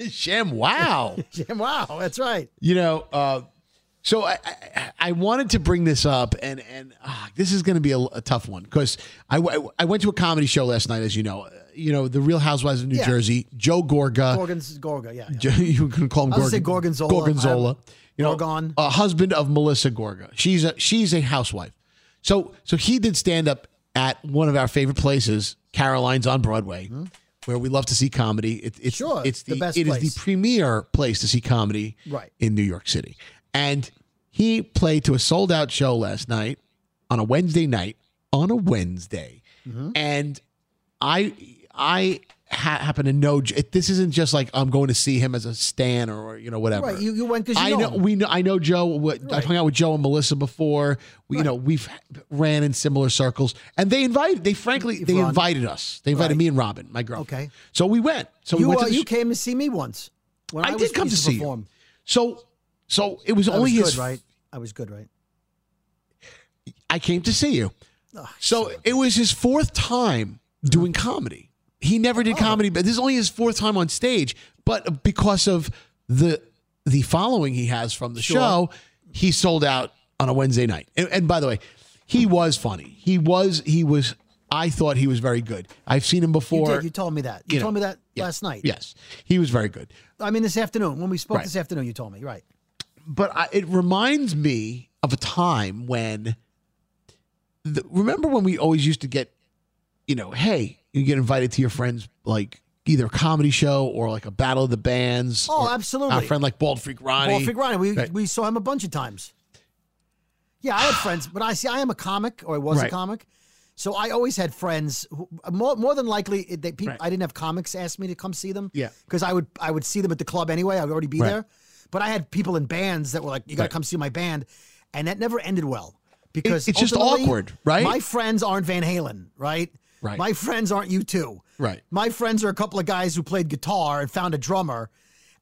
now. Sham, wow.
Sham wow. That's right.
You know, uh, so I, I I wanted to bring this up, and and ah, this is going to be a, a tough one because I, w- I went to a comedy show last night, as you know, Uh, you know the Real Housewives of New
Yeah.
Jersey, Joe Gorga,
Gorgons, Gorga. Yeah.
Jo- you can call him
I was gonna
Gorgon,
say Gorgonzola.
Gorgonzola.
I'm-
You know, a husband of Melissa Gorga. She's a she's a housewife. So so he did stand up at one of our favorite places, Caroline's on Broadway, where we love to see comedy. It, it's
Hmm? Sure,
it's the,
the best
it is
place.
the premier place to see comedy
Right.
in New York City. And he played to a sold out show last night on a Wednesday night on a Wednesday.
Mm-hmm.
And I I ha- happen to know J- this isn't just like I'm going to see him as a stan or you know whatever.
Right. You, you went because you
I know,
know, him.
we know I know Joe. What, I've hung out with Joe and Melissa before. We, You know we've ran in similar circles, and they invited. They frankly they
run.
invited us. They invited me
Right.
and Robin, my girlfriend.
Okay.
so we went. So we
you,
went
uh,
to the
you came to see me once. When
I
was-
did come
used
to see you.
perform.
So so it was
I
only
was
his.
good, right? I was good, right?
I came to see you.
Ugh,
so it was his fourth time doing comedy. He never
Oh.
did comedy, but this is only his fourth time on stage. But because of the the following he has from the
Sure.
show, he sold out on a Wednesday night. And, and by the way, he was funny. He was he was. I thought he was very good. I've seen him before.
you did. You told me that. You,
you know,
told me that last night.
yes, he was very good.
I mean, this afternoon when we spoke
Right.
this afternoon, you told me, right?
but I, it reminds me of a time when the, remember when we always used to get you know hey you get invited to your friends like either a comedy show or like a battle of the bands
Oh,
or
absolutely.
our friend like bald freak ronnie
Well, Fig Ronnie, we
Right.
we saw him a bunch of times. Yeah, I had friends, but I see I am a comic, or I was a
Right.
comic, so I always had friends. Who, more more than likely, it- they, people I didn't have comics ask me to come see them.
Yeah.
because I would I would see them at the club anyway. I'd already be
Right.
there, but I had people in bands that were like, "You got to
Right.
come see my band," and that never ended well because
it's just
ultimately,
awkward, right?
My friends aren't Van Halen, right?
Right.
My friends aren't you two.
right
My friends are a couple of guys who played guitar and found a drummer,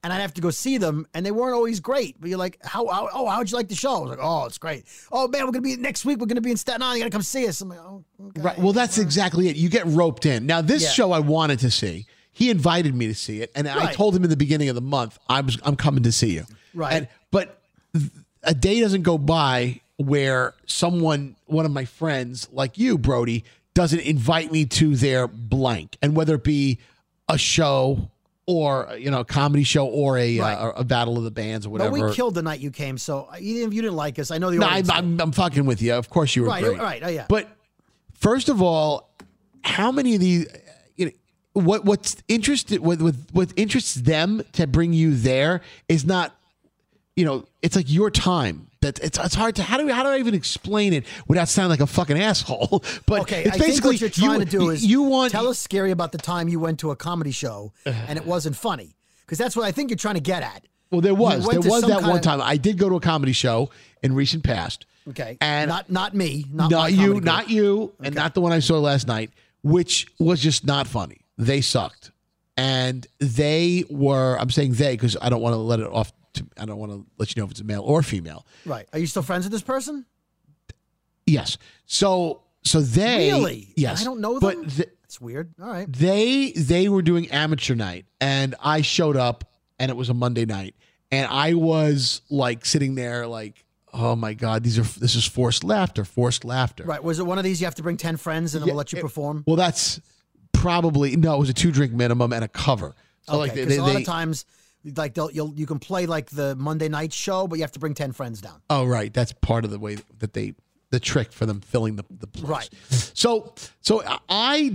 and I'd have to go see them, and they weren't always great. But you're like, how? how oh, how'd you like the show? I was like, oh, it's great. Oh man, we're gonna be next week. We're gonna be in Staten Island. You gotta come see us. I'm like, oh,
Right. Well, that's exactly it. You get roped in. Now, this
Yeah.
show I wanted to see. He invited me to see it, and I
Right.
told him in the beginning of the month I was I'm coming to see you.
Right.
And but th- a day doesn't go by where someone, one of my friends, like you, Brody, doesn't invite me to their blank, and whether it be a show or you know a comedy show or a uh, a battle of the bands or whatever.
but we killed the night you came. So uh, you didn't, you didn't like us. I know the
No,
audience.
I'm, I'm, I'm fucking with you. Of course you were
right,
great.
right, oh, yeah.
But first of all, how many of these? You know, what what's interested what, what what interests them to bring you there is not, you know, it's like your time. That it's it's hard to how do we, how do I even explain it without sounding like a fucking asshole? But
okay,
it's
I think
basically
what you're trying
you,
to do is
you want
tell us scary about the time you went to a comedy show and it wasn't funny because that's what I think you're trying to get at.
Well, there
You
was
went
there
to
was
some
that
kind
one
of-
time I did go to a comedy show in recent past.
Okay,
And-
not not me, not, my
not
comedy
you,
group.
not you, and not the one I saw last night, which was just not funny. They sucked, and they were. I'm saying they because I don't want to let it off. To, I don't want to let you know if it's a male or female.
Right. Are you still friends with this person?
Yes. So so they
Really?
yes
I don't know them.
But th-
That's weird. All right.
they they were doing amateur night, and I showed up, and it was a Monday night, and I was like sitting there like. Oh my God! These are this is forced laughter, forced laughter.
Right. Was it one of these you have to bring 10 friends and then we'll let you perform?
Well, that's probably no. It was a two drink minimum and a cover. So like
okay.
they,
Because
they,
a lot of times, like, they'll, you'll, you can play like the Monday night show, but you have to bring 10 friends down.
oh right, that's part of the way that they the trick for them filling the the place.
Right.
So so I- I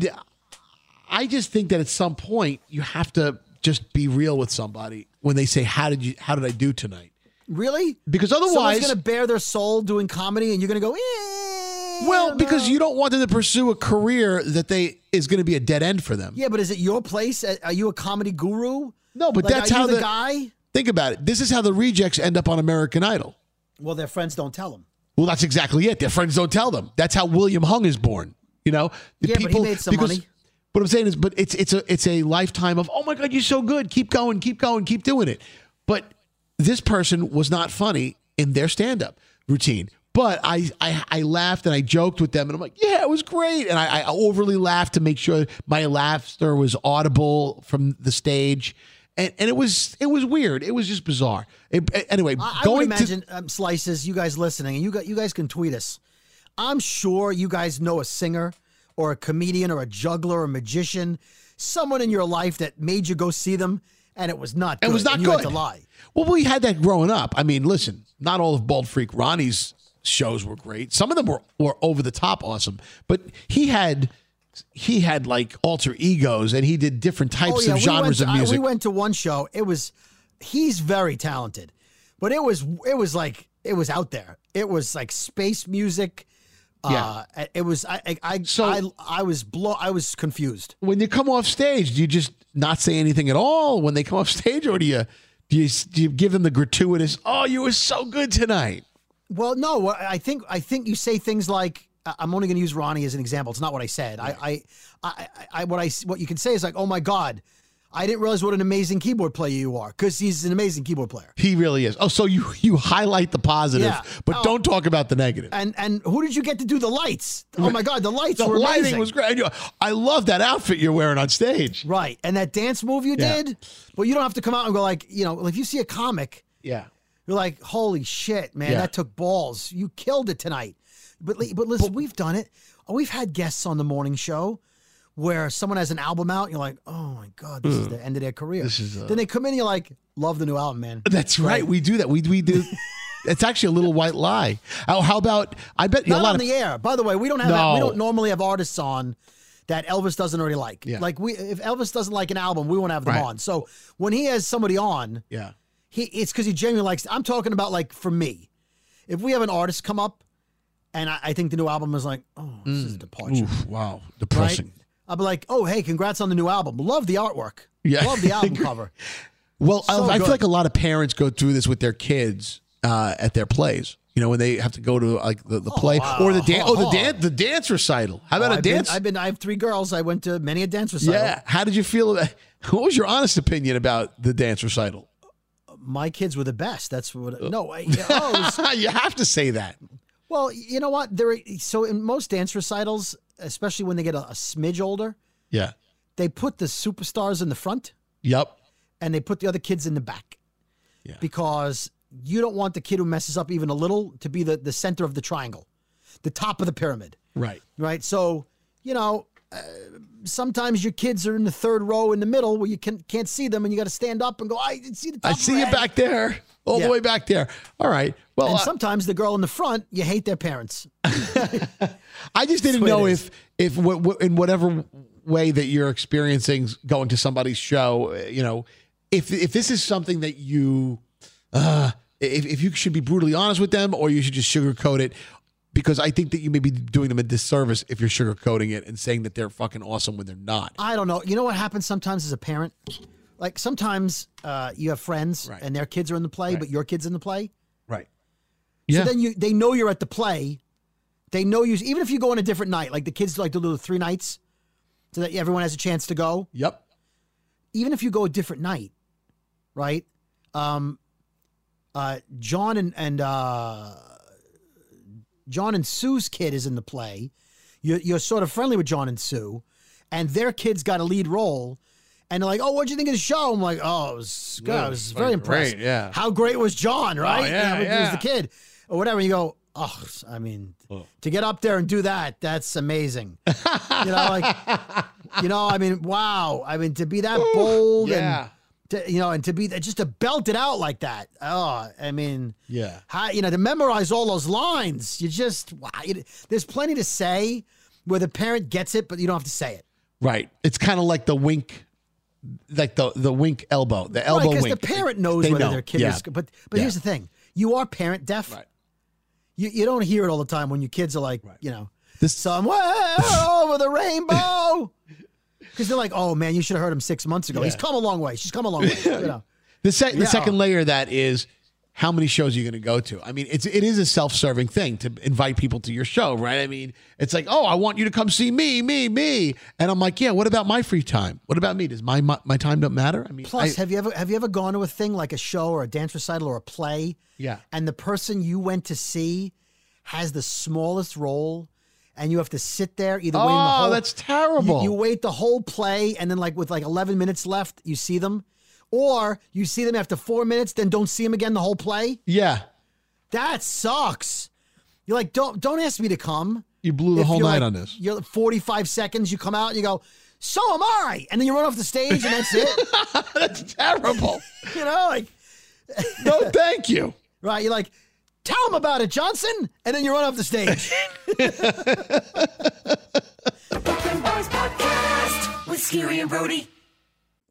I just think that at some point you have to just be real with somebody when they say, "How did you? How did I do tonight?"
Really?
Because
Someone's
otherwise,
going to bare their soul doing comedy, and you're going to go, eh.
well, because you don't want them to pursue a career that they is going to be a dead end for them.
yeah, but is it your place? Are- Are you a comedy guru?
No, but
Like,
that's
are you
how
the guy.
Think about it. This is how the rejects end up on American Idol.
Well, their friends don't tell them.
Well, that's exactly it. Their friends don't tell them. That's how William Hung is born. You know, the
Yeah, but he made some money.
What I'm saying is, but it's it's a it's a lifetime of oh my god, you're so good. Keep going, keep going, keep doing it. But this person was not funny in their stand up routine. But I, I I laughed and I joked with them and I'm like, yeah, it was great. And I, I overly laughed to make sure my laughter was audible from the stage. And, and it was it was weird. It was just bizarre. It- anyway,
I, I would
going to
imagine um, slices. You guys listening, and you got you guys can tweet us. I'm sure you guys know a singer or a comedian or a juggler or a magician, someone in your life that made you go see them, and it was not. Good,
It was not
and you
good.
Had to lie.
Well, we had that growing up. I mean, listen, not all of Bald Freak Ronnie's shows were great. Some of them were, were over the top awesome, but he had he had like alter egos and he did different types
Oh, yeah,
of
we
genres
went to-
of
I-
music.
we went to one show. It was he's very talented, but it was it was like it was out there. It was like space music.
Yeah.
Uh, it was I I I, I I was blow I was confused.
when you come off stage, do you just not say anything at all when they come off stage or do you do you, do you give them the gratuitous, "Oh, you were so good tonight."
Well, no, what- I think I think you say things like I- I'm only going to use Ronnie as an example. It's not what I said. I, I, I, I, I, what I, what you can say is like, oh my god, I didn't realize what an amazing keyboard player you are, because he's an amazing keyboard player.
He really is. Oh, so you you highlight the positive,
Yeah.
but
Oh. Uh,
don't talk about the negative.
And and who did you get to do the lights? Oh my god, the lights
The
were
lighting
amazing.
was great. I love that outfit you're wearing on stage.
Right, and that dance move you
Yeah.
did, but you don't have to come out and go like, you know, if you see a comic,
Yeah.
you're like, holy shit, man,
Yeah.
that took balls. You killed it tonight. But li- but listen, we've done it. We've had guests on the morning show where someone has an album out, and you're like, oh my god, this is
Ugh.
the end of their career.
Hmm. This is, uh,
then they come in, and you're like, love the new album, man.
That's right. We do that. We we do. it's actually a little white lie. Oh, how about I bet you
Not
a lot
on
of
the air. By the way, we don't have
No.
we don't normally have artists on that Elvis doesn't already like.
Yeah.
Like we if Elvis doesn't like an album, we won't have them
Right.
on. So when he has somebody on,
yeah,
he it's because he genuinely likes. I'm talking about like for me, if we have an artist come up, and I, I think the new album is like, oh, this is departure.
Mm. Oof, wow, depressing.
I'll be like, oh hey, congrats on the new album. Love the artwork.
Yeah.
love the album cover.
Well,
So
I, I feel
good.
like a lot of parents go through this with their kids uh, at their plays. You know, when they have to go to like the, the play
wow.
or the dance, oh, the
Oh.
dance, the dance recital. How about
Oh,
a
I've been-
dance?
I've been. I have three girls. I went to many a dance recital.
yeah. How did you feel? About, what was your honest opinion about the dance recital?
My kids were the best. That's what.
Uh.
No, I, yeah, oh, it was
you have to say that.
Well, you know what? There, so in most dance recitals, especially when they get a, a smidge older,
Yeah.
they put the superstars in the front
Yep.
and they put the other kids in the back.
Yeah.
Because you don't want the kid who messes up even a little to be the, the center of the triangle, the top of the pyramid,
Right.
right? So, you know, uh, sometimes your kids are in the third row in the middle where you can, can't see them and you got to stand up and go, I didn't see the top
I
of
see
her
you
head."
back there, all
Yeah.
the way back there. All right. Well,
and
uh,
sometimes the girl in the front, you hate their parents.
I just didn't
That's the
know
way it
if if what, what, in whatever way that you're experiencing going to somebody's show, uh, you know, if if this is something that you, uh, if if you should be brutally honest with them or you should just sugarcoat it, because I think that you may be doing them a disservice if you're sugarcoating it and saying that they're fucking awesome when they're not.
I don't know. You know what happens sometimes as a parent? Like sometimes uh, you have friends and their kids are in the play, but your kids in the play.
Right.
Yeah. So then you they know you're at the play. They know you even if you go on a different night, like the kids like to do the three nights so that everyone has a chance to go.
Yep.
Even if you go a different night, right? Um uh John and and uh John and Sue's kid is in the play. You're, you're sort of friendly with John and Sue, and their kid's got a lead role. And they're like, oh, what'd you think of the show? I'm like, oh, it was, good.
Yeah,
I
it
was
was
very
fucking
impressed.
great, yeah.
How great was John, right?
Oh, yeah,
You know, it was
yeah.
the kid or whatever. You go, oh, I mean, to get up there and do that, that's amazing. you know, like, you know, I mean, wow. I mean, to be that bold
yeah.
and, to, you know, and to be just to belt it out like that. Oh, I mean,
Yeah.
how you know to memorize all those lines you just wow you, there's plenty to say where the parent gets it but you don't have to say it
Right. It's kind of like the wink, like the the wink elbow, the elbow
because
wink.
the parent knows
They
whether
know.
their kid
Yeah.
is. But but here's the thing: you are parent deaf. You you don't hear it all the time when your kids are like, you know, somewhere over the rainbow. Because they're like, oh man, you should have heard him six months ago. He's
Yeah.
come a long way. She's come a long way. You know.
The, sec-
Yeah.
the second layer of that is how many shows are you going to go to? I mean, it's it is a self serving thing to invite people to your show, right? I mean, it's like, oh, I want you to come see me, me, me, and I'm like, yeah. What about my free time? What about me? Does my my, my time don't matter? I mean,
Plus,
I-
have you ever have you ever gone to a thing like a show or a dance recital or a play?
Yeah.
And the person you went to see has the smallest role, and you have to sit there either waiting. the
Oh,
whole,
that's
you-
terrible.
You, wait the whole play, and then like with like eleven minutes left, you see them, or you see them after four minutes, then don't see them again the whole play.
Yeah.
That sucks. You're like, don't don't ask me to come.
You blew the
If
whole
you're
night
like-
on this.
You're 45 seconds. You come out and you go, so am I, and then you run off the stage, and that's it.
that's terrible.
you know, like
no, thank you.
Right, you're like, tell him about it, Johnson, and then you run off the stage.
with Scary and Brody.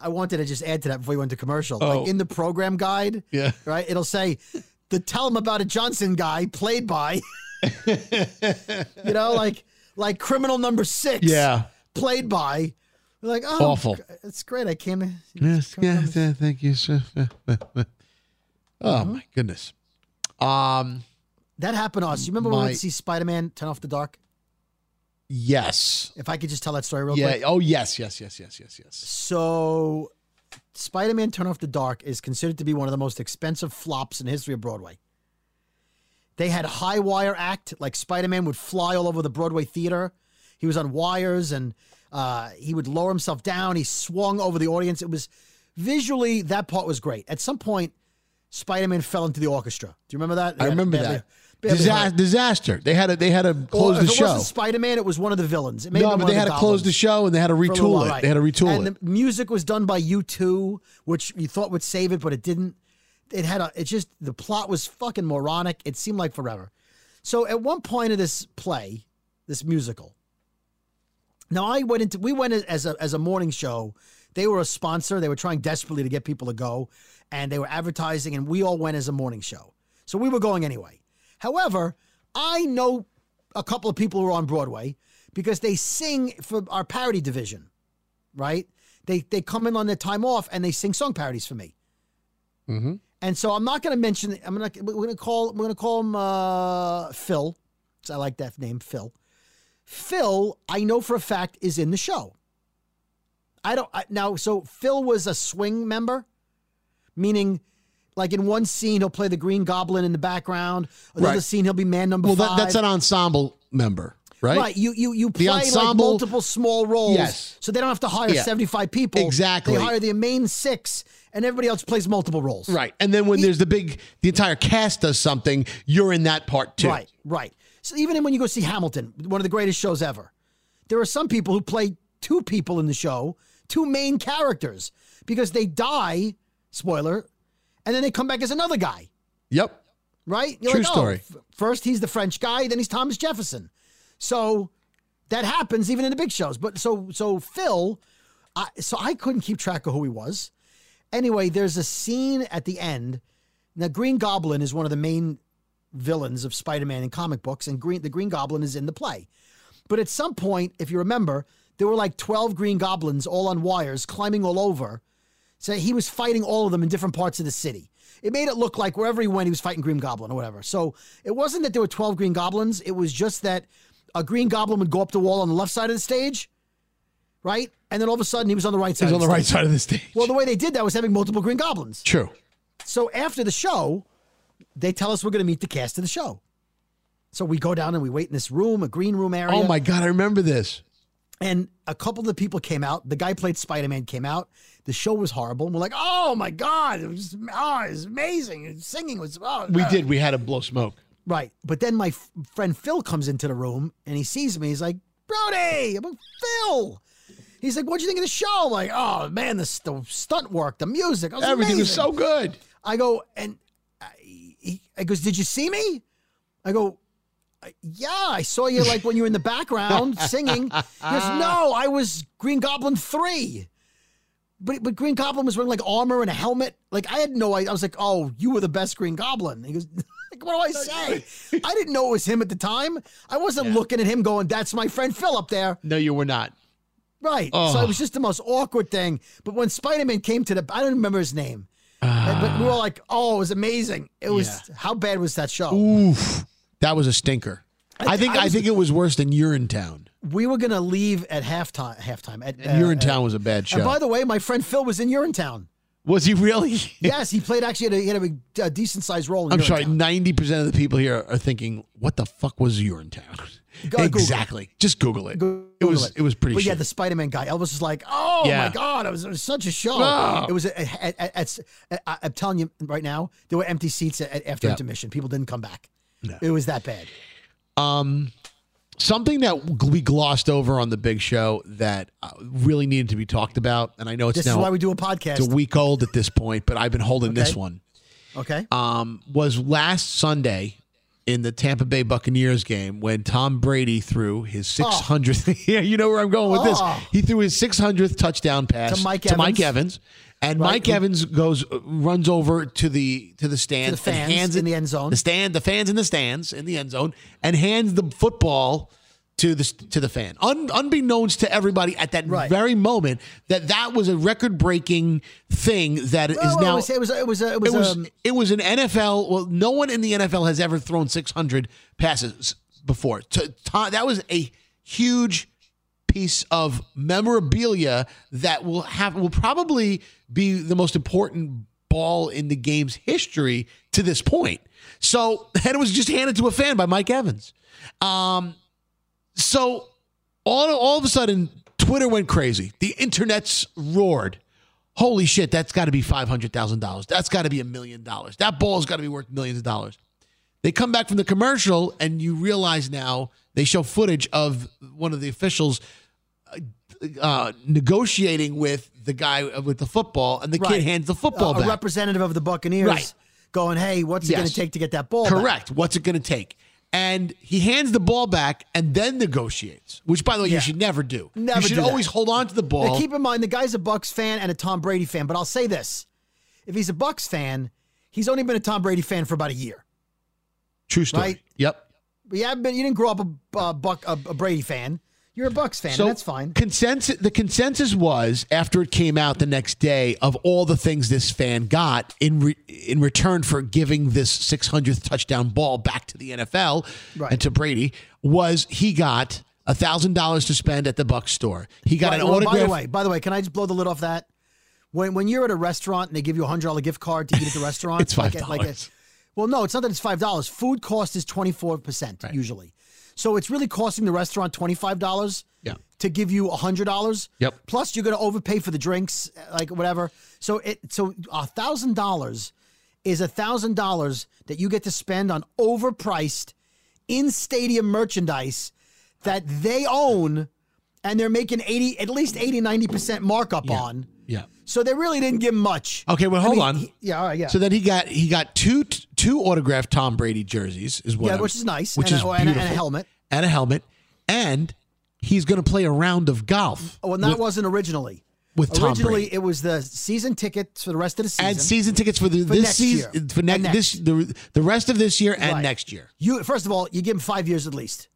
I wanted to just add to that before we went to commercial.
Oh.
Like in the program guide,
Yeah.
right? It'll say the tell him about it Johnson guy played by you know, like like criminal number six.
Yeah.
Played by. We're like, oh
Awful.
It's great. I came in.
Yes, yes, yeah, thank you, sir. Yeah, yeah, yeah. Oh my goodness. Um,
That happened to us. You remember when we
My-
went to see Spider Man Turn Off the Dark?
yes.
If I could just tell that story real
yeah.
quick.
Oh, yes, yes, yes, yes, yes, yes.
So, Spider Man Turn Off the Dark is considered to be one of the most expensive flops in the history of Broadway. They had high wire act, like Spider Man would fly all over the Broadway theater. He was on wires and uh, he would lower himself down. He swung over the audience. It was visually, that part was great. At some point, Spider Man fell into the orchestra. Do you remember that?
I remember that.
badly hurt.
Disa- disaster. They had a they had to close
Or
the
if It
show.
wasn't Spider Man. It was one of the villains. It may have
No,
been
but
one
they
of
had to close
goblins
the show and they had to
for a little
retool
while,
it.
right.
They had to retool
and
it.
The music was done by U2, which you thought would save it, but it didn't. It had a. It just the plot was fucking moronic. It seemed like forever. So at one point of this play, this musical. Now I went into. We went as a as a morning show. They were a sponsor. They were trying desperately to get people to go, and they were advertising. And we all went as a morning show. So we were going anyway. However, I know a couple of people who are on Broadway because they sing for our parody division right? They they come in on their time off and they sing song parodies for me.
Mm-hmm.
And so I'm not going to mention. I'm not. We're going to call. We're going to call him uh, Phil. 'cause I like that name, Phil. Phil, I know for a fact, is in the show. I don't I, now. So Phil was a swing member, meaning, like in one scene he'll play the Green Goblin in the background. Another
Right.
scene he'll be man number
Well,
five.
that, that's an ensemble member, right?
You you you
The
play like
ensemble-
multiple small roles.
Yes.
So they don't have to hire
Yeah.
seventy five people.
Exactly.
They hire the main six, and everybody else plays multiple roles.
Right. And then when there's the big, the entire cast does something, you're in that part too.
Right, right. So even when you go see Hamilton, one of the greatest shows ever, there are some people who play two people in the show, two main characters, because they die, spoiler, and then they come back as another guy.
Yep.
Right? You're
True
like, oh,
story.
f- first he's the French guy, then he's Thomas Jefferson. So that happens even in the big shows. But so so Phil, I, so I couldn't keep track of who he was. Anyway, there's a scene at the end. Now Green Goblin is one of the main villains of Spider-Man in comic books, and Green the Green Goblin is in the play. But at some point, if you remember, there were like 12 Green Goblins all on wires climbing all over. So he was fighting all of them in different parts of the city. It made it look like wherever he went, he was fighting Green Goblin or whatever. So it wasn't that there were 12 Green Goblins. It was just that a Green Goblin would go up the wall on the left side of the stage, right? And then all of a sudden, he was on the right side
He's
of
on the right side of the stage.
Well, the way they did that was having multiple Green Goblins.
True.
So after the show, they tell us we're going to meet the cast of the show. So we go down and we wait in this room, a green room area.
Oh my God, I remember this.
And a couple of the people came out. The guy played Spider Man came out. The show was horrible. And we're like, oh my God, it was, oh, it was amazing. And singing was, oh.
We
uh."
did. We had to blow smoke.
Right. But then my f- friend Phil comes into the room and he sees me. He's like, Brody, I'm like, Phil. He's like, what'd you think of the show? I'm like, oh man, the, st- the stunt work, the music. It was
Everything was so
amazing."
good.
I go, and I, he, I goes, did you see me? I go, "Uh, yeah, I saw you like when you were in the background singing. He goes, no, I was Green Goblin 3. But, but Green Goblin was wearing like armor and a helmet. Like I had no idea. I was like, oh, you were the best Green Goblin. He goes, like, what do I say? I didn't know it was him at the time. I wasn't looking at him going, that's my friend Phil up there.
No, you were not.
Right. So
Oh.
it was just the most awkward thing. But when Spider Man came to the, I don't remember his name, but
Ah.
we were like, oh, it was amazing. It was, how bad was that show?
Oof. That was a stinker. I, think
I
I,
was-
think it was worse than Urinetown.
We were going to leave at halftime. Halftime. At, uh,
And Urinetown was a bad show.
And by the way, my friend Phil was in Urinetown.
was he really?
yes, he played actually, had a, he had a, big- a decent sized role in
I'm
Urinetown.
sorry. Ninety percent of the people here are thinking, "What the fuck was Urinetown?"
Go- Google it.
exactly. Just Google it. it
Google
was. It. was pretty.
But yeah,
shit.
the Spider Man guy, Elvis is like, oh
Yeah.
my god, it was, it was such a show.
Ah.
It was. A, a, a, a- a- I'm telling you right now, there were empty seats at, at- after
Yeah.
intermission. People didn't come back. It was that bad.
Um, something that we glossed over on the big show that uh, really needed to be talked about, and I know it's
This
now
is why we do a podcast.
it's a week old at this point, but I've been holding this
Okay.
one.
Okay.
Um, was last Sunday in the Tampa Bay Buccaneers game when Tom Brady threw his 600th. yeah, you know where I'm going with
Oh.
this. He threw his 600th touchdown pass
To Mike Evans.
Evans, and
Right.
Mike Evans goes uh, runs over to the to the
To
stand
the fans
and hands
in
it-
the end zone.
the stand the fans in the stands in the end zone and hands the football to the to the fan Un, unbeknownst to everybody at that very moment that that was a record breaking thing that is
Well, well,
now
it was- it was- it was a- it was, um,
it was an NFL well no one in the NFL has ever thrown 600 passes before To- to- that was a huge piece of memorabilia that will have will probably be the most important ball in the game's history to this point. So, and it was just handed to a fan by Mike Evans. Um, so all all of a sudden, Twitter went crazy. The internet's roared. Holy shit! That's got to be five hundred thousand dollars. That's got to be a million dollars. That ball's got to be worth millions of dollars. They come back from the commercial, and you realize now they show footage of one of the officials uh, uh, negotiating with the guy uh, with the football, and the
Right.
kid hands the
Uh,
football
a
back.
representative of the Buccaneers
Right.
going, hey, what's it
Yes.
going to take to get that ball? back?"
Correct. What's it going to take? And he hands the ball back and then negotiates, which, by the way,
Yeah.
you should never do.
Never
you should
do that.
always hold on to the ball.
Now keep in mind the guy's a Bucks fan and a Tom Brady fan, but I'll say this. If he's a Bucks fan, he's only been a Tom Brady fan for about a year.
True story.
Right.
Yep.
But you haven't been you didn't grow up a uh, Buck a, a Brady fan. You're a Bucks fan, and that's fine.
Consensus. The consensus was after it came out the next day of all the things this fan got in re, in return for giving this 600th touchdown ball back to the NFL
Right.
and to Brady was he got $1,000 to spend at the Buck store. He got
Right,
an
well,
autograph.
By the way, by the way, can I just blow the lid off that? When when you're at a restaurant and they give you a hundred dollar gift card to eat at the restaurant,
It's
like a- like a-
$5.
well, no, it's not that it's five dollars. Food cost is twenty four percent usually, so it's really costing the restaurant twenty five dollars.
Yeah.
To give you a hundred dollars.
Yep.
Plus, you're going to overpay for the drinks, like whatever. So it so a thousand dollars is a thousand dollars that you get to spend on overpriced in stadium merchandise that they own and they're making 80 at least 80 90% markup on
yeah.
so they really didn't give much
Okay, well,
I
hold
mean,
on.
he- yeah all right yeah
So then he got he got two two autographed Tom Brady jerseys is what
Yeah,
I'm-
which is nice,
which
and
is
a- oh, and a- and a
beautiful.
helmet.
and a helmet and he's going to play a round of golf.
oh, and that
with-
wasn't originally
with Tom
originally
Brady.
it was the season tickets for the rest of the season
and season tickets for the
For
this
next
season
year.
for next,
And
this the, the rest of this year and
Right.
next year.
you first of all you give them five years at least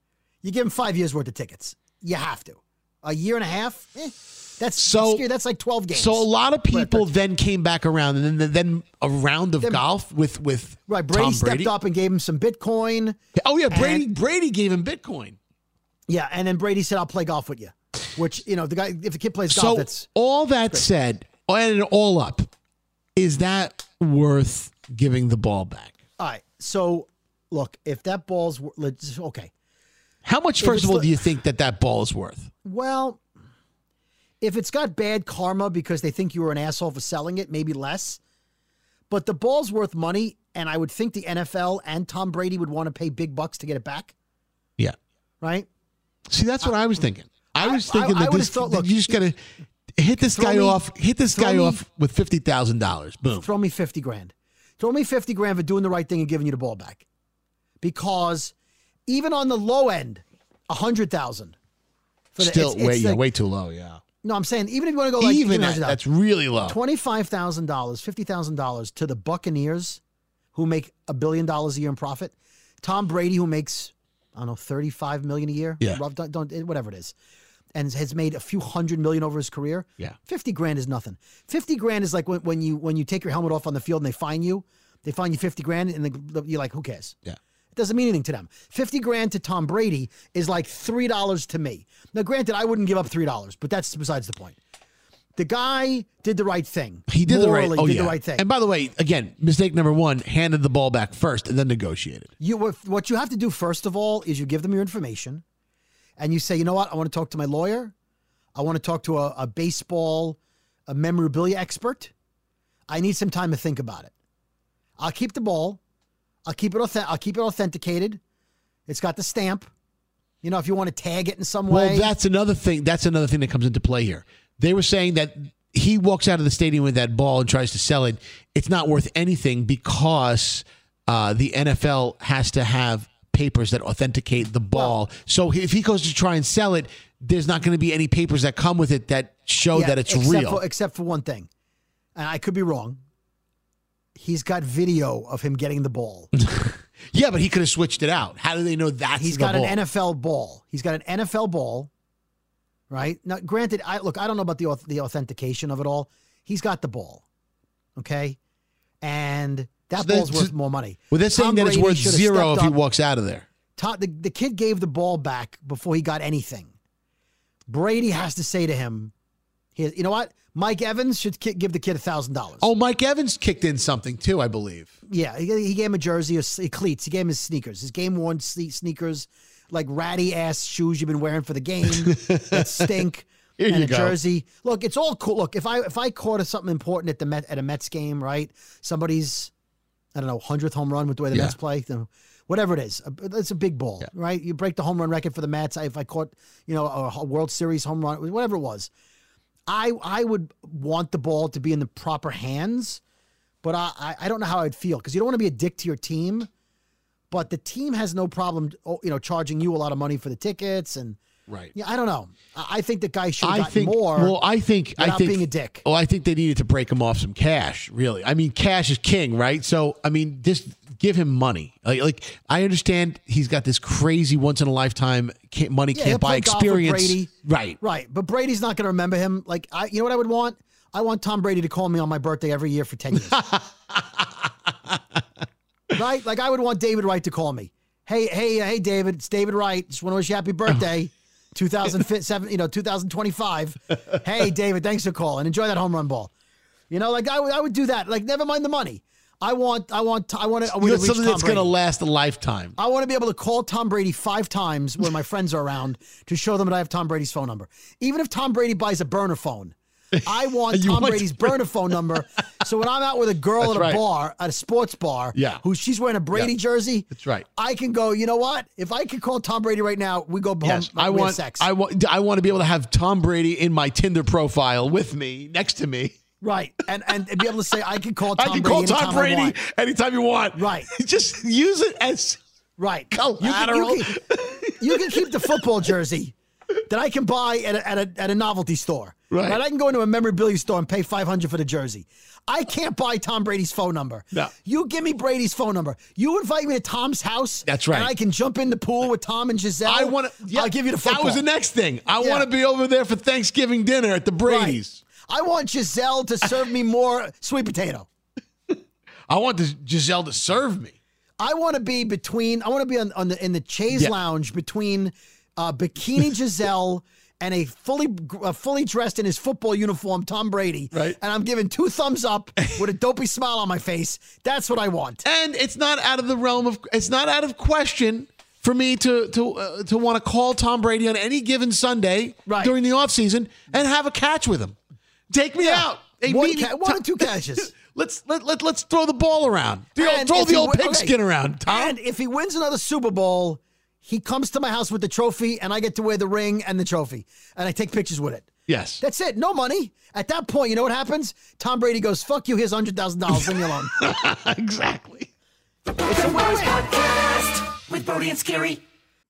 you give them five years worth of tickets you have to a year and a half Eh, that's
So-
scary. that's like 12 games
So a lot of
Right,
people then came back around and then then a round of golf with with
right brady
Tom
stepped
Brady.
up and gave him some bitcoin
Oh yeah, Brady
and-
Brady gave him Bitcoin.
yeah and then brady said i'll play golf with you which you know the guy if the kid plays golf
So
that's
all that said, and all up, is that worth giving the ball back?
All right. So, look, if that ball's wor- let's just- okay,
How much,
If
first of
it's
all,
the-
do you think that that ball is worth?
well, if it's got bad karma because they think you were an asshole for selling it, maybe less. But the ball's worth money, and I would think the NFL and Tom Brady would want to pay big bucks to get it back,
Yeah.
right?
See, that's what I, was thinking. I was
I-
thinking
I
that
would've
this,
thought,
that
look,
you just got to hit this
throw
guy
me-
off, hit this
throw
guy
me-
off with $50,000. Boom.
Throw me fifty grand. Throw me fifty grand for doing the right thing and giving you the ball back, because even on the low end, a hundred thousand. for the-
Still
it's-
way,
it's
yeah,
like-
way too low. Yeah.
No, I'm saying even if you want to go like
Even that,
$100,000,
that's really low.
Twenty-five thousand dollars, fifty thousand dollars to the Buccaneers, who make a billion dollars a year in profit. Tom Brady, who makes I don't know thirty-five million a year,
Yeah.
rough, don't, don't- eh, whatever it is, and has made a few hundred million over his career.
Yeah.
fifty grand is nothing. Fifty grand is like when, when you when you take your helmet off on the field and they fine you, they fine you fifty grand, and the, you're like, who cares?
Yeah.
It doesn't mean anything to them. 50 grand to Tom Brady is like $3 to me. Now, granted, I wouldn't give up $3, but that's besides the point. The guy did the right thing.
He did the
Morally
right, oh,
did
yeah.
the right thing.
And by the way, again, mistake number one, handed the ball back first and then negotiated.
You what what you have to do first of all is you give them your information, and you say, you know what, I want to talk to my lawyer, I want to talk to a, a baseball, a memorabilia expert. I need some time to think about it. I'll keep the ball, I'll keep it authentic, I'll keep it authenticated. It's got the stamp. You know, if you want to tag it in some way.
Well, that's another thing. That's another thing that comes into play here. They were saying that he walks out of the stadium with that ball and tries to sell it. It's not worth anything because uh, the NFL has to have papers that authenticate the ball. so if he goes to try and sell it, there's not going to be any papers that come with it that show
Yeah,
that it's
except
real.
For, except for one thing, and I could be wrong. He's got video of him getting the ball.
yeah, but he could have switched it out. How do they know that's
He's
the
got
ball?
an NFL ball. He's got an NFL ball, right? Now, granted, I look. I don't know about the auth- the authentication of it all. He's got the ball, okay, and that
So they're-
ball's worth more money.
well, they're saying
Tom
that it's
Brady
worth
should've
zero if
stepped
he
up.
walks out of there.
Tom, the, the kid gave the ball back before he got anything. Brady has to say to him, he, "You know what? Mike Evans should ki- give the kid a thousand dollars."
Oh, Mike Evans kicked in something too, I believe.
Yeah, he, he gave him a jersey, a, s- uh, cleats. He gave him his sneakers, his game worn sne- sneakers, like ratty ass shoes you've been wearing for the game that stink.
Here
and
you
a
go.
jersey. Look, it's all cool. Look, if I if I caught something important at the Met, at a Mets game, right? Somebody's, I don't know, hundredth home run with the way the
Yeah.
Mets play, you know, whatever it is, a- it's a big ball, right? You break the home run record for the Mets. I- If I caught, you know, a a World Series home run, whatever it was, I I would want the ball to be in the proper hands, but I I, I don't know how I'd feel because you don't want to be a dick to your team, but the team has no problem oh, you know charging you a lot of money for the tickets and
Right.
yeah I don't know I, I think the guy should
I
have gotten
think
more.
Well, I think I
without
think
being a dick.
Well, I think they needed to break him off some cash. Really, I mean, cash is king, right? So, I mean, just give him money. Like, like I understand he's got this crazy once in a lifetime can't, money
Yeah, he'll
can't buy
play golf with
experience,
Brady.
right?
Right, but Brady's not going to remember him. Like I, you know what I would want? I want Tom Brady to call me on my birthday every year for ten years. right, uh, like I would want David Wright to call me. Hey, hey, hey, David, it's David Wright. Just want to wish you happy birthday. 2007, you know, 2025. Hey, David, thanks for calling. Enjoy that home run ball. You know, like I would, I would do that. Like, never mind the money. I want, I want, I want to. I
You
want
know,
to
it's
reach
something
Tom
that's
Brady.
going to last a lifetime.
I want to be able to call Tom Brady five times when my friends are around to show them that I have Tom Brady's phone number. Even if Tom Brady buys a burner phone, I want
You
Tom
want-
Brady's burner phone number. So when I'm out with a girl
That's
at a
right.
bar, at a sports bar,
Yeah.
who she's wearing a Brady
Yeah.
jersey,
That's right.
I can go. You know what? If I could call Tom Brady right now, we go home.
Yes,
we
I
have
want.
sex.
I want. I want to be able to have Tom Brady in my Tinder profile with me, next to me.
right, and and be able to say I can call.
I
Tom
can
Brady
call Tom
anytime I
Brady
want.
anytime you want.
Right.
Just use it as
Right.
collateral.
You can, you can- you can keep the football jersey that I can buy at a, at a, at a novelty store.
Right.
I can go into a memorabilia store and pay 500 for the jersey. I can't buy Tom Brady's phone number.
No.
You give me Brady's phone number. You invite me to Tom's house.
That's right.
And I can jump in the pool with Tom and Giselle.
I want to. Yeah,
I'll give you the
That
football.
was the next thing. I
Yeah.
want to be over there for Thanksgiving dinner at the Brady's.
I want Giselle to serve me more sweet potato.
I want the Giselle to serve me.
I want to be between. I want to be on, on the in the chaise
Yeah.
lounge between uh, bikini Giselle and a fully uh, fully dressed in his football uniform Tom Brady.
Right.
And I'm giving two thumbs up with a dopey smile on my face. That's what I want.
And it's not out of the realm of it's not out of question for me to to uh, to want to call Tom Brady on any given Sunday
Right.
during the offseason and have a catch with him. Take me out. Hey,
one,
meet me-
ca- one or two catches.
Let's let, let let's throw the ball around. The old-
And
throw
if
the
he
old
wi-
pigskin
okay.
around, Tom.
And if he wins another Super Bowl, he comes to my house with the trophy, and I get to wear the ring and the trophy, and I take pictures with it.
yes.
That's it. No money. At that point, you know what happens? Tom Brady goes, "Fuck you. Here's hundred thousand dollars. Leave me alone."
exactly.
It's a win-win.
With Brody and Scary.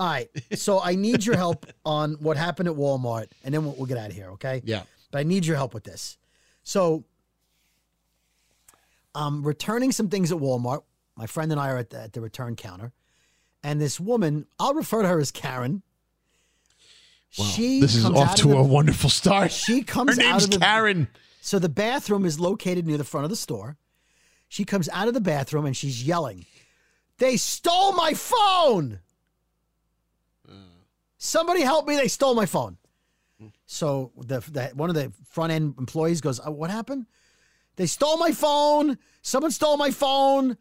All right. So I need your help on what happened at Walmart, and then we'll, we'll get out of here, okay?
Yeah.
But I need your help with this. So I'm returning some things at Walmart. My friend and I are at the, at the return counter, and this woman, I'll refer to her as Karen. she
this is
comes
off
out of
to
the-
a wonderful start.
She comes.
Her name's
out of the,
Karen.
So the bathroom is located near the front of the store. She comes out of the bathroom and she's yelling, "They stole my phone! Somebody help me! They stole my phone!" So the, the one of the front end employees goes, "Uh, "What happened? They stole my phone! Someone stole my phone!"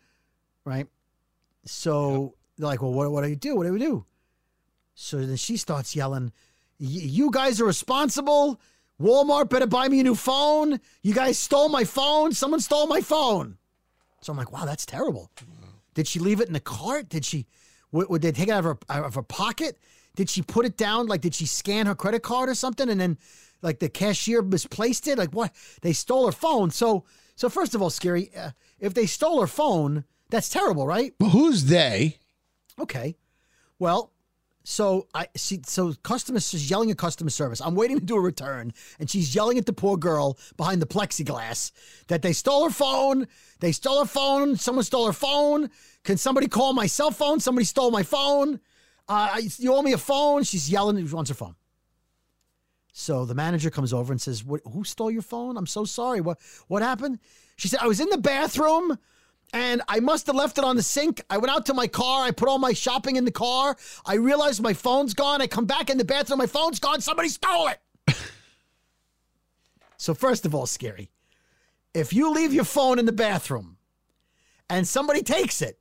Right? So they're like, "Well, what, what do you do? What do we do?" So then she starts yelling, "Y- "You guys are responsible! Walmart better buy me a new phone! You guys stole my phone! Someone stole my phone!" So I'm like, "Wow, that's terrible." Did she leave it in the cart? Did she? Would, would they take it out of her out of her pocket? Did she put it down? Like, did she scan her credit card or something? And then, like, the cashier misplaced it. Like, what? They stole her phone. So, so first of all, scary. Uh, if they stole her phone, that's terrible, right?
But who's they?
Okay. Well, so I she so customer she's yelling at customer service. I'm waiting to do a return, and she's yelling at the poor girl behind the plexiglass that they stole her phone. They stole her phone. Someone stole her phone. Can somebody call my cell phone? Somebody stole my phone. Uh, I- you owe me a phone. She's yelling. She wants her phone. So the manager comes over and says, what, "Who stole your phone? I'm so sorry. What what happened?" She said, "I was in the bathroom." and I must have left it on the sink. I went out to my car. I put all my shopping in the car. I realized my phone's gone. I come back in the bathroom. My phone's gone. Somebody stole it. so, first of all, scary. If you leave your phone in the bathroom and somebody takes it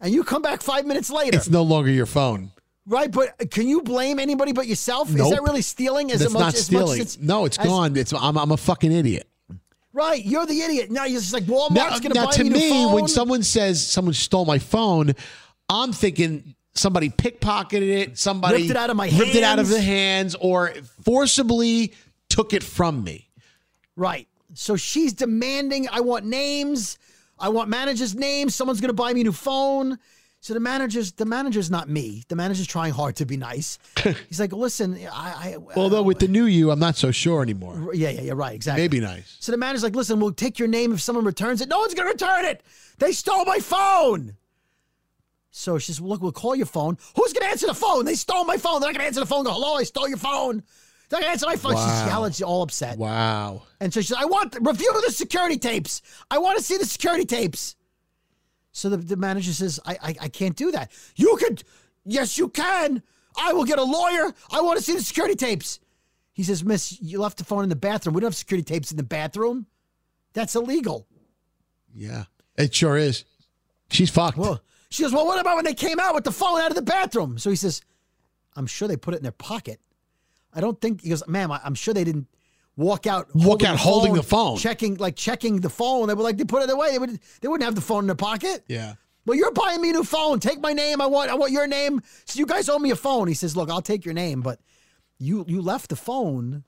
and you come back five minutes later,
It's no longer your phone.
right? But can you blame anybody but yourself? Is that
Nope.
really stealing as
That's
much
not
as
stealing.
much as it's,
no, it's
as-
gone. It's I'm, I'm a fucking idiot.
Right. You're the idiot. Now you're just like, Walmart's
now,
going to
now
buy
to
me a new
me,
phone.
when someone says someone stole my phone, I'm thinking somebody pickpocketed it, somebody
Ripped it out of my
ripped it out of
hands.
the hands, or forcibly took it from me.
Right. So she's demanding, I want names. I want managers' names. Someone's gonna buy me a new phone. So the manager's the manager's not me. The manager's trying hard to be nice. He's like, listen, I, I
Although with the new you, I'm not so sure anymore.
yeah, yeah, yeah, right, exactly.
Maybe nice.
So the manager's like, listen, we'll take your name if someone returns it. No one's gonna return it. They stole my phone. So she says, well, look, we'll call your phone. Who's gonna answer the phone? They stole my phone. They're not gonna answer the phone. Go, hello, I stole your phone. They're not gonna answer my phone.
Wow.
She's yelling, she's all upset.
Wow.
And so she said, I want review the security tapes. I want to see the security tapes. So the, the manager says, I, I I can't do that. You could yes, you can. I will get a lawyer. I want to see the security tapes. He says, Miss, you left the phone in the bathroom. We don't have security tapes in the bathroom. That's illegal.
Yeah, it sure is. She's fucked.
She goes, Well, what about when they came out with the phone out of the bathroom? So he says, I'm sure they put it in their pocket. I don't think he goes, ma'am, I, I'm sure they didn't walk out
Walk out holding the phone.
Checking like checking the phone. They were like, they put it away. They would they wouldn't have the phone in their pocket.
yeah.
Well, you're buying me a new phone. Take my name. I want I want your name. So you guys owe me a phone. He says, Look, I'll take your name, but you you left the phone.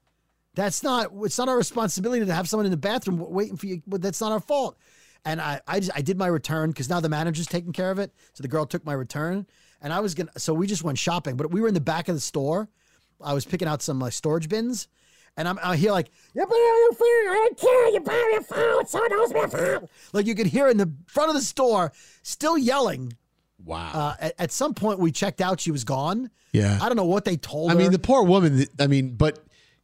That's not it's not our responsibility to have someone in the bathroom wa- waiting for you. But that's not our fault. And I I, just, I did my return because now the manager's taking care of it. So the girl took my return, and I was gonna. So we just went shopping, but we were in the back of the store. I was picking out some uh, storage bins, and I'm out here like, you put it on your phone. I don't care. You borrowed your phone. Someone owes me a phone. Like you could hear in the front of the store, still yelling.
Wow.
Uh, at, at some point, we checked out. She was gone.
Yeah.
I don't know what they
I
told her.
mean, the poor woman. I mean, but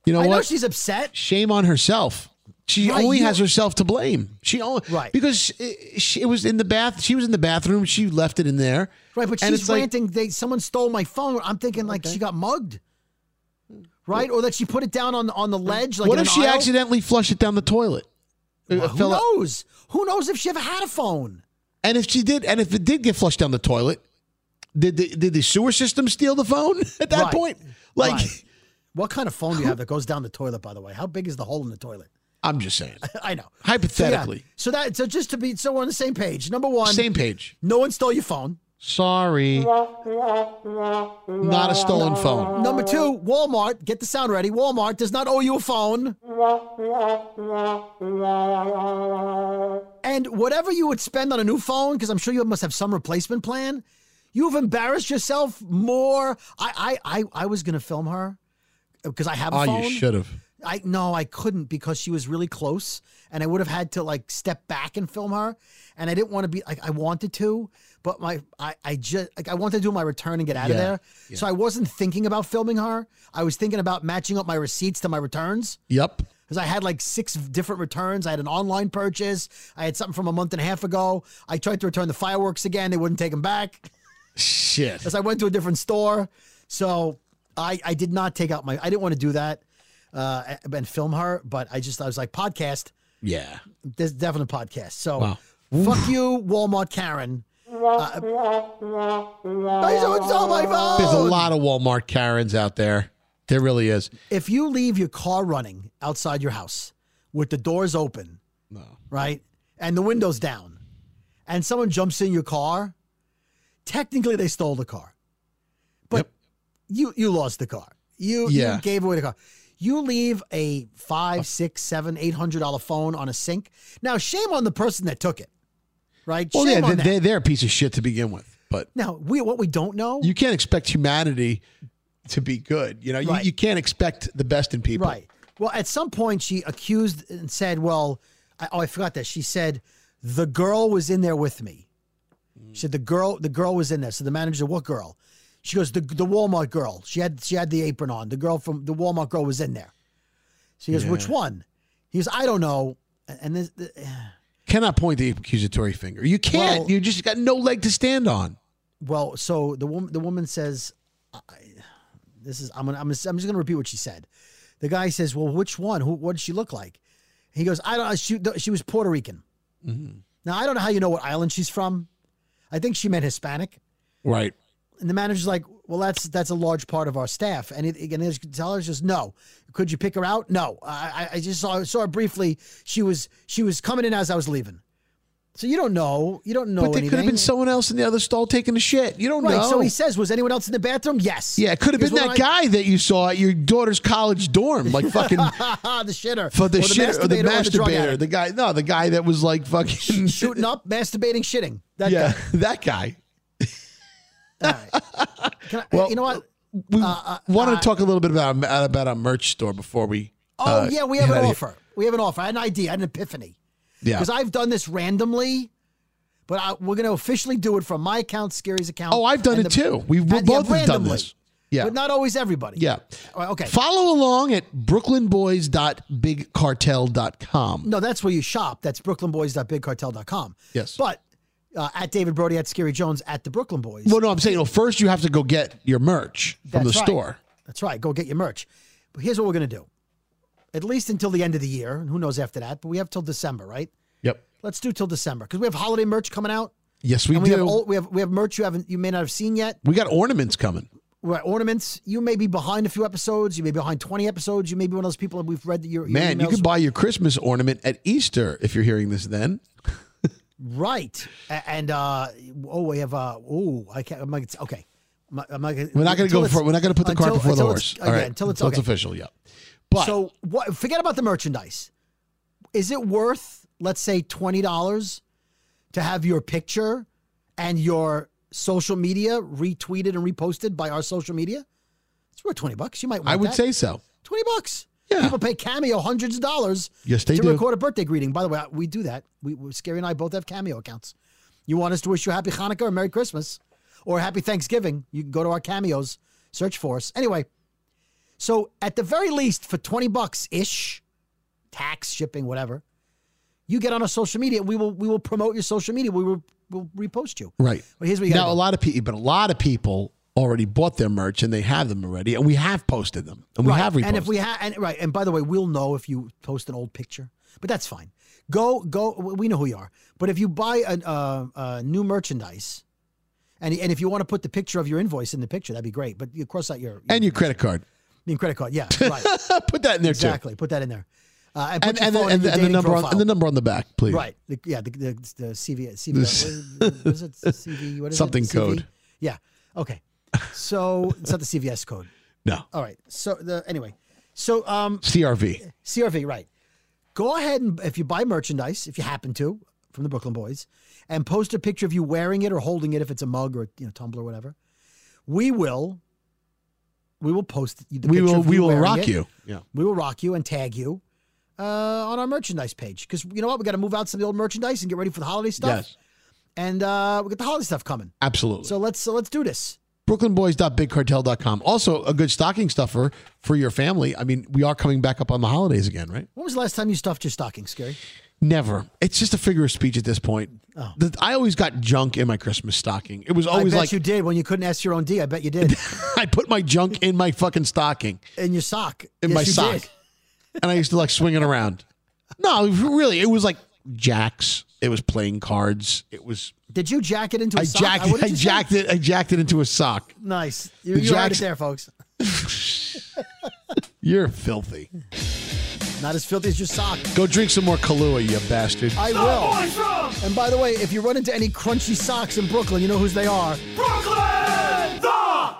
you know
I know
what?
she's upset.
Shame on herself. She
Right,
only
you-
has herself to blame. She only right because it, she, it was in the bath. She was in the bathroom. She left it in there.
Right, but
And
she's
it's like-
ranting. they someone stole my phone. I'm thinking like she got mugged, right? Or that she put it down on on the ledge. Like
what
in
if
an
she
aisle?
accidentally flushed it down the toilet? It
Well, who
fell out-
knows? Who knows if she ever had a phone?
And if she did, and if it did get flushed down the toilet, did the did the sewer system steal the phone at that
Right.
point? Like,
Right. What kind of phone do you have that goes down the toilet? By the way, how big is the hole in the toilet?
I'm just saying,
I know. So, yeah.
hypothetically,
So, that so just to be so we're on the same page. Number one,
same page.
No one stole your phone.
Sorry, not a stolen phone.
Number two, Walmart. Get the sound ready. Walmart does not owe you a phone. And whatever you would spend on a new phone, because I'm sure you must have some replacement plan, you've embarrassed yourself more. I I I, I was gonna film her because I have a
Oh,
phone.
you should have.
I no, I couldn't because she was really close, and I would have had to like step back and film her, and I didn't want to be like I wanted to, but my I I just like I wanted to do my return and get out of
Yeah,
there, so I wasn't thinking about filming her. I was thinking about matching up my receipts to my returns
Yep.
because I had like six different returns. I had an online purchase. I had something from a month and a half ago. I tried to return the fireworks again; they wouldn't take them back.
Shit.
As I went to a different store, so I I did not take out my. I didn't want to do that uh, and film her, but I just I was like podcast.
Yeah.
There's definite podcast. So
Wow.
fuck you, Walmart Karen. Uh, I someone stole my phone.
There's a lot of Walmart Karens out there. There really is.
If you leave your car running outside your house with the doors open, right, and the windows down, and someone jumps in your car, technically they stole the car, but you you lost the car. You
Yeah. Uh,
you gave away the car. You leave a five, six, seven, eight hundred dollar phone on a sink. Now shame on the person that took it, right?
Well,
shame
yeah,
on
they,
that.
they, they're a piece of shit to begin with. But
now we what we don't know.
You can't expect humanity to be good. You know,
Right.
you, you can't expect the best in people.
Right. Well, at some point she accused and said, "Well, I, oh, I forgot this." She said, "The girl was in there with me." She said, "The girl, the girl was in there." So the manager, said, what girl? She goes, "The the Walmart girl. She had she had the apron on. The girl from the Walmart girl was in there." So he goes, "Which
Yeah.
one?" He goes, "I don't know." And this, the,
Cannot point the accusatory finger. You can't.
Well-
you just got no leg to stand on.
well, so the woman the woman says, I, "This is I'm gonna, I'm just, I'm just gonna repeat what she said." The guy says, "Well, which one? Who? What did she look like?" He goes, "I don't. She she was Puerto Rican."
Mm-hmm.
Now I don't know how you know what island she's from. I think she meant Hispanic.
Right.
And the manager's like, "Well, that's that's a large part of our staff." And it, again, the teller's just no. Could you pick her out? No. I I- I just saw saw her briefly. She was she was coming in as I was leaving. So you don't know. You don't know.
but there could have
anything.
been someone else in the other stall taking a shit. You don't
Right.
know.
So he says, "Was anyone else in the bathroom?" Yes.
yeah, it could have
He
been
goes, "Well,
that guy that you saw at your daughter's college dorm, like fucking
I- the shitter
for the,
Or
shit or the
masturbator or the drug
masturbator,
addict.
the guy. No, the guy that was like fucking
shooting up, masturbating, shitting. That
yeah,
guy.
that guy.
Can I,
Well,
you know what?
We
Uh, uh,
want to
uh,
talk a little bit about our, about our merch store before we.
Oh
uh,
yeah, we have
head
an
outta here.
offer. We have an offer. I had an idea. I had an epiphany.
Yeah.
Because I've done this randomly, but I, we're going to officially do it from my account, Scary's account.
Oh, I've done
and
it
the-
too. We
and- yeah,
both have done
randomly,
this. Yeah.
But not always everybody.
Yeah.
All right, Okay.
Follow along at brooklynboys.bigcartel.com.
No, that's where you shop. That's brooklynboys.bigcartel.com.
Yes.
But uh, at David Brody, at Scary Jones, at the Brooklyn Boys.
Well, no, I'm saying, well, first you have to go get your merch from the
That's right.
store.
That's right. Go get your merch. But here's what we're going to do. At least until the end of the year, and who knows after that, but we have till December, right?
Yep.
Let's do till December because we have holiday merch coming out.
Yes, we
and
do.
We have, old, we have we have merch you haven't you may not have seen yet.
we got ornaments coming.
Right, ornaments. You may be behind a few episodes. You may be behind twenty episodes. You may be one of those people that we've read your, your
Man, you
emails.
could buy your Christmas ornament at Easter if you're hearing this then.
right. A- And uh, oh, we have uh, oh, I can't. I'm like, it's- okay. I'm not- I'm not gonna-
We're not going to
until
go
it's-
for we're not going to put the cart
until-
before the
until
horse.
it's-
All
yeah,
right.
until it's
Until it's
okay.
official, yeah. But
so what? Forget about the merchandise. Is it worth, let's say, twenty dollars to have your picture and your social media retweeted and reposted by our social media? It's worth twenty bucks. You might. Want
I would
that.
say so.
20 bucks. Yeah. People pay Cameo hundreds of dollars
Yes, they
to
do.
record a birthday greeting. By the way, we do that. We, we Scary and I both have Cameo accounts. You want us to wish you happy Hanukkah or Merry Christmas or Happy Thanksgiving? You can go to our Cameos, search for us. Anyway, so at the very least, for 20 bucks ish, tax, shipping, whatever, you get on our social media. We will we will promote your social media. We will we'll repost you.
Right.
Well, here's what you
now
gotta
a
do.
lot of people, but a lot of people already bought their merch and they have them already, and we have posted them and we
Right.
have reposted.
And if we have, and right, and by the way, we'll know if you post an old picture, but that's fine. Go, go. We know who you are. But if you buy a uh, uh, new merchandise, and and if you want to put the picture of your invoice in the picture, that'd be great. But you cross out your, I
and your credit card,
mean credit card. Yeah, right.
put that in there
exactly. Put that in there. Uh, and put
too,
your
and, and,
phone
and,
your
and the
dating
number on,
profile.
and the number on the back, please.
Right. The, yeah. The the, the CV CV.
This-
what is it? CV. What is
Something
it? CV?
code.
Yeah. Okay. So it's not the CVS code.
No.
All right. So the anyway. So um.
CRV.
CRV, right. Go ahead and if you buy merchandise, if you happen to, from the Brooklyn Boys, and post a picture of you wearing it or holding it if it's a mug or you know tumbler or whatever, we will we will post the
we
picture
will
of
we
you
will
wearing
rock
it.
you. Yeah.
We will rock you and tag you uh, on our merchandise page because you know what we got to move out some of the old merchandise and get ready for the holiday stuff.
Yes.
And uh, we got the holiday stuff coming.
Absolutely.
So let's so let's do this.
Brooklynboys.bigcartel.com. Also a good stocking stuffer for your family. I mean, we are coming back up on the holidays again, right?
When was the last time you stuffed your stocking, Scary?
Never. It's just a figure of speech at this point. The- I always got junk in my Christmas stocking. It was always
Oh. I bet
like
you did when you couldn't ask your own D. I bet you did.
I put my junk in my fucking stocking.
in your sock.
in
Yes,
my
you
sock,
did.
and I used to like swing it around. No, really, it was like jacks. It was playing cards. It was
Did you jack it into a
I
sock? Uh,
jacked.
What did
I
you say?
jacked it. I jacked it into a sock.
Nice. You,
The
you heard it
jacks-
there, folks.
You're filthy.
Not as filthy as your sock.
Go drink some more Kahlua, you bastard.
I will. And by the way, if you run into any crunchy socks in Brooklyn, you know whose they are.
Brooklyn, the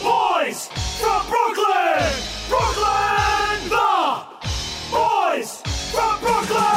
boys from Brooklyn. Brooklyn, the boys from Brooklyn.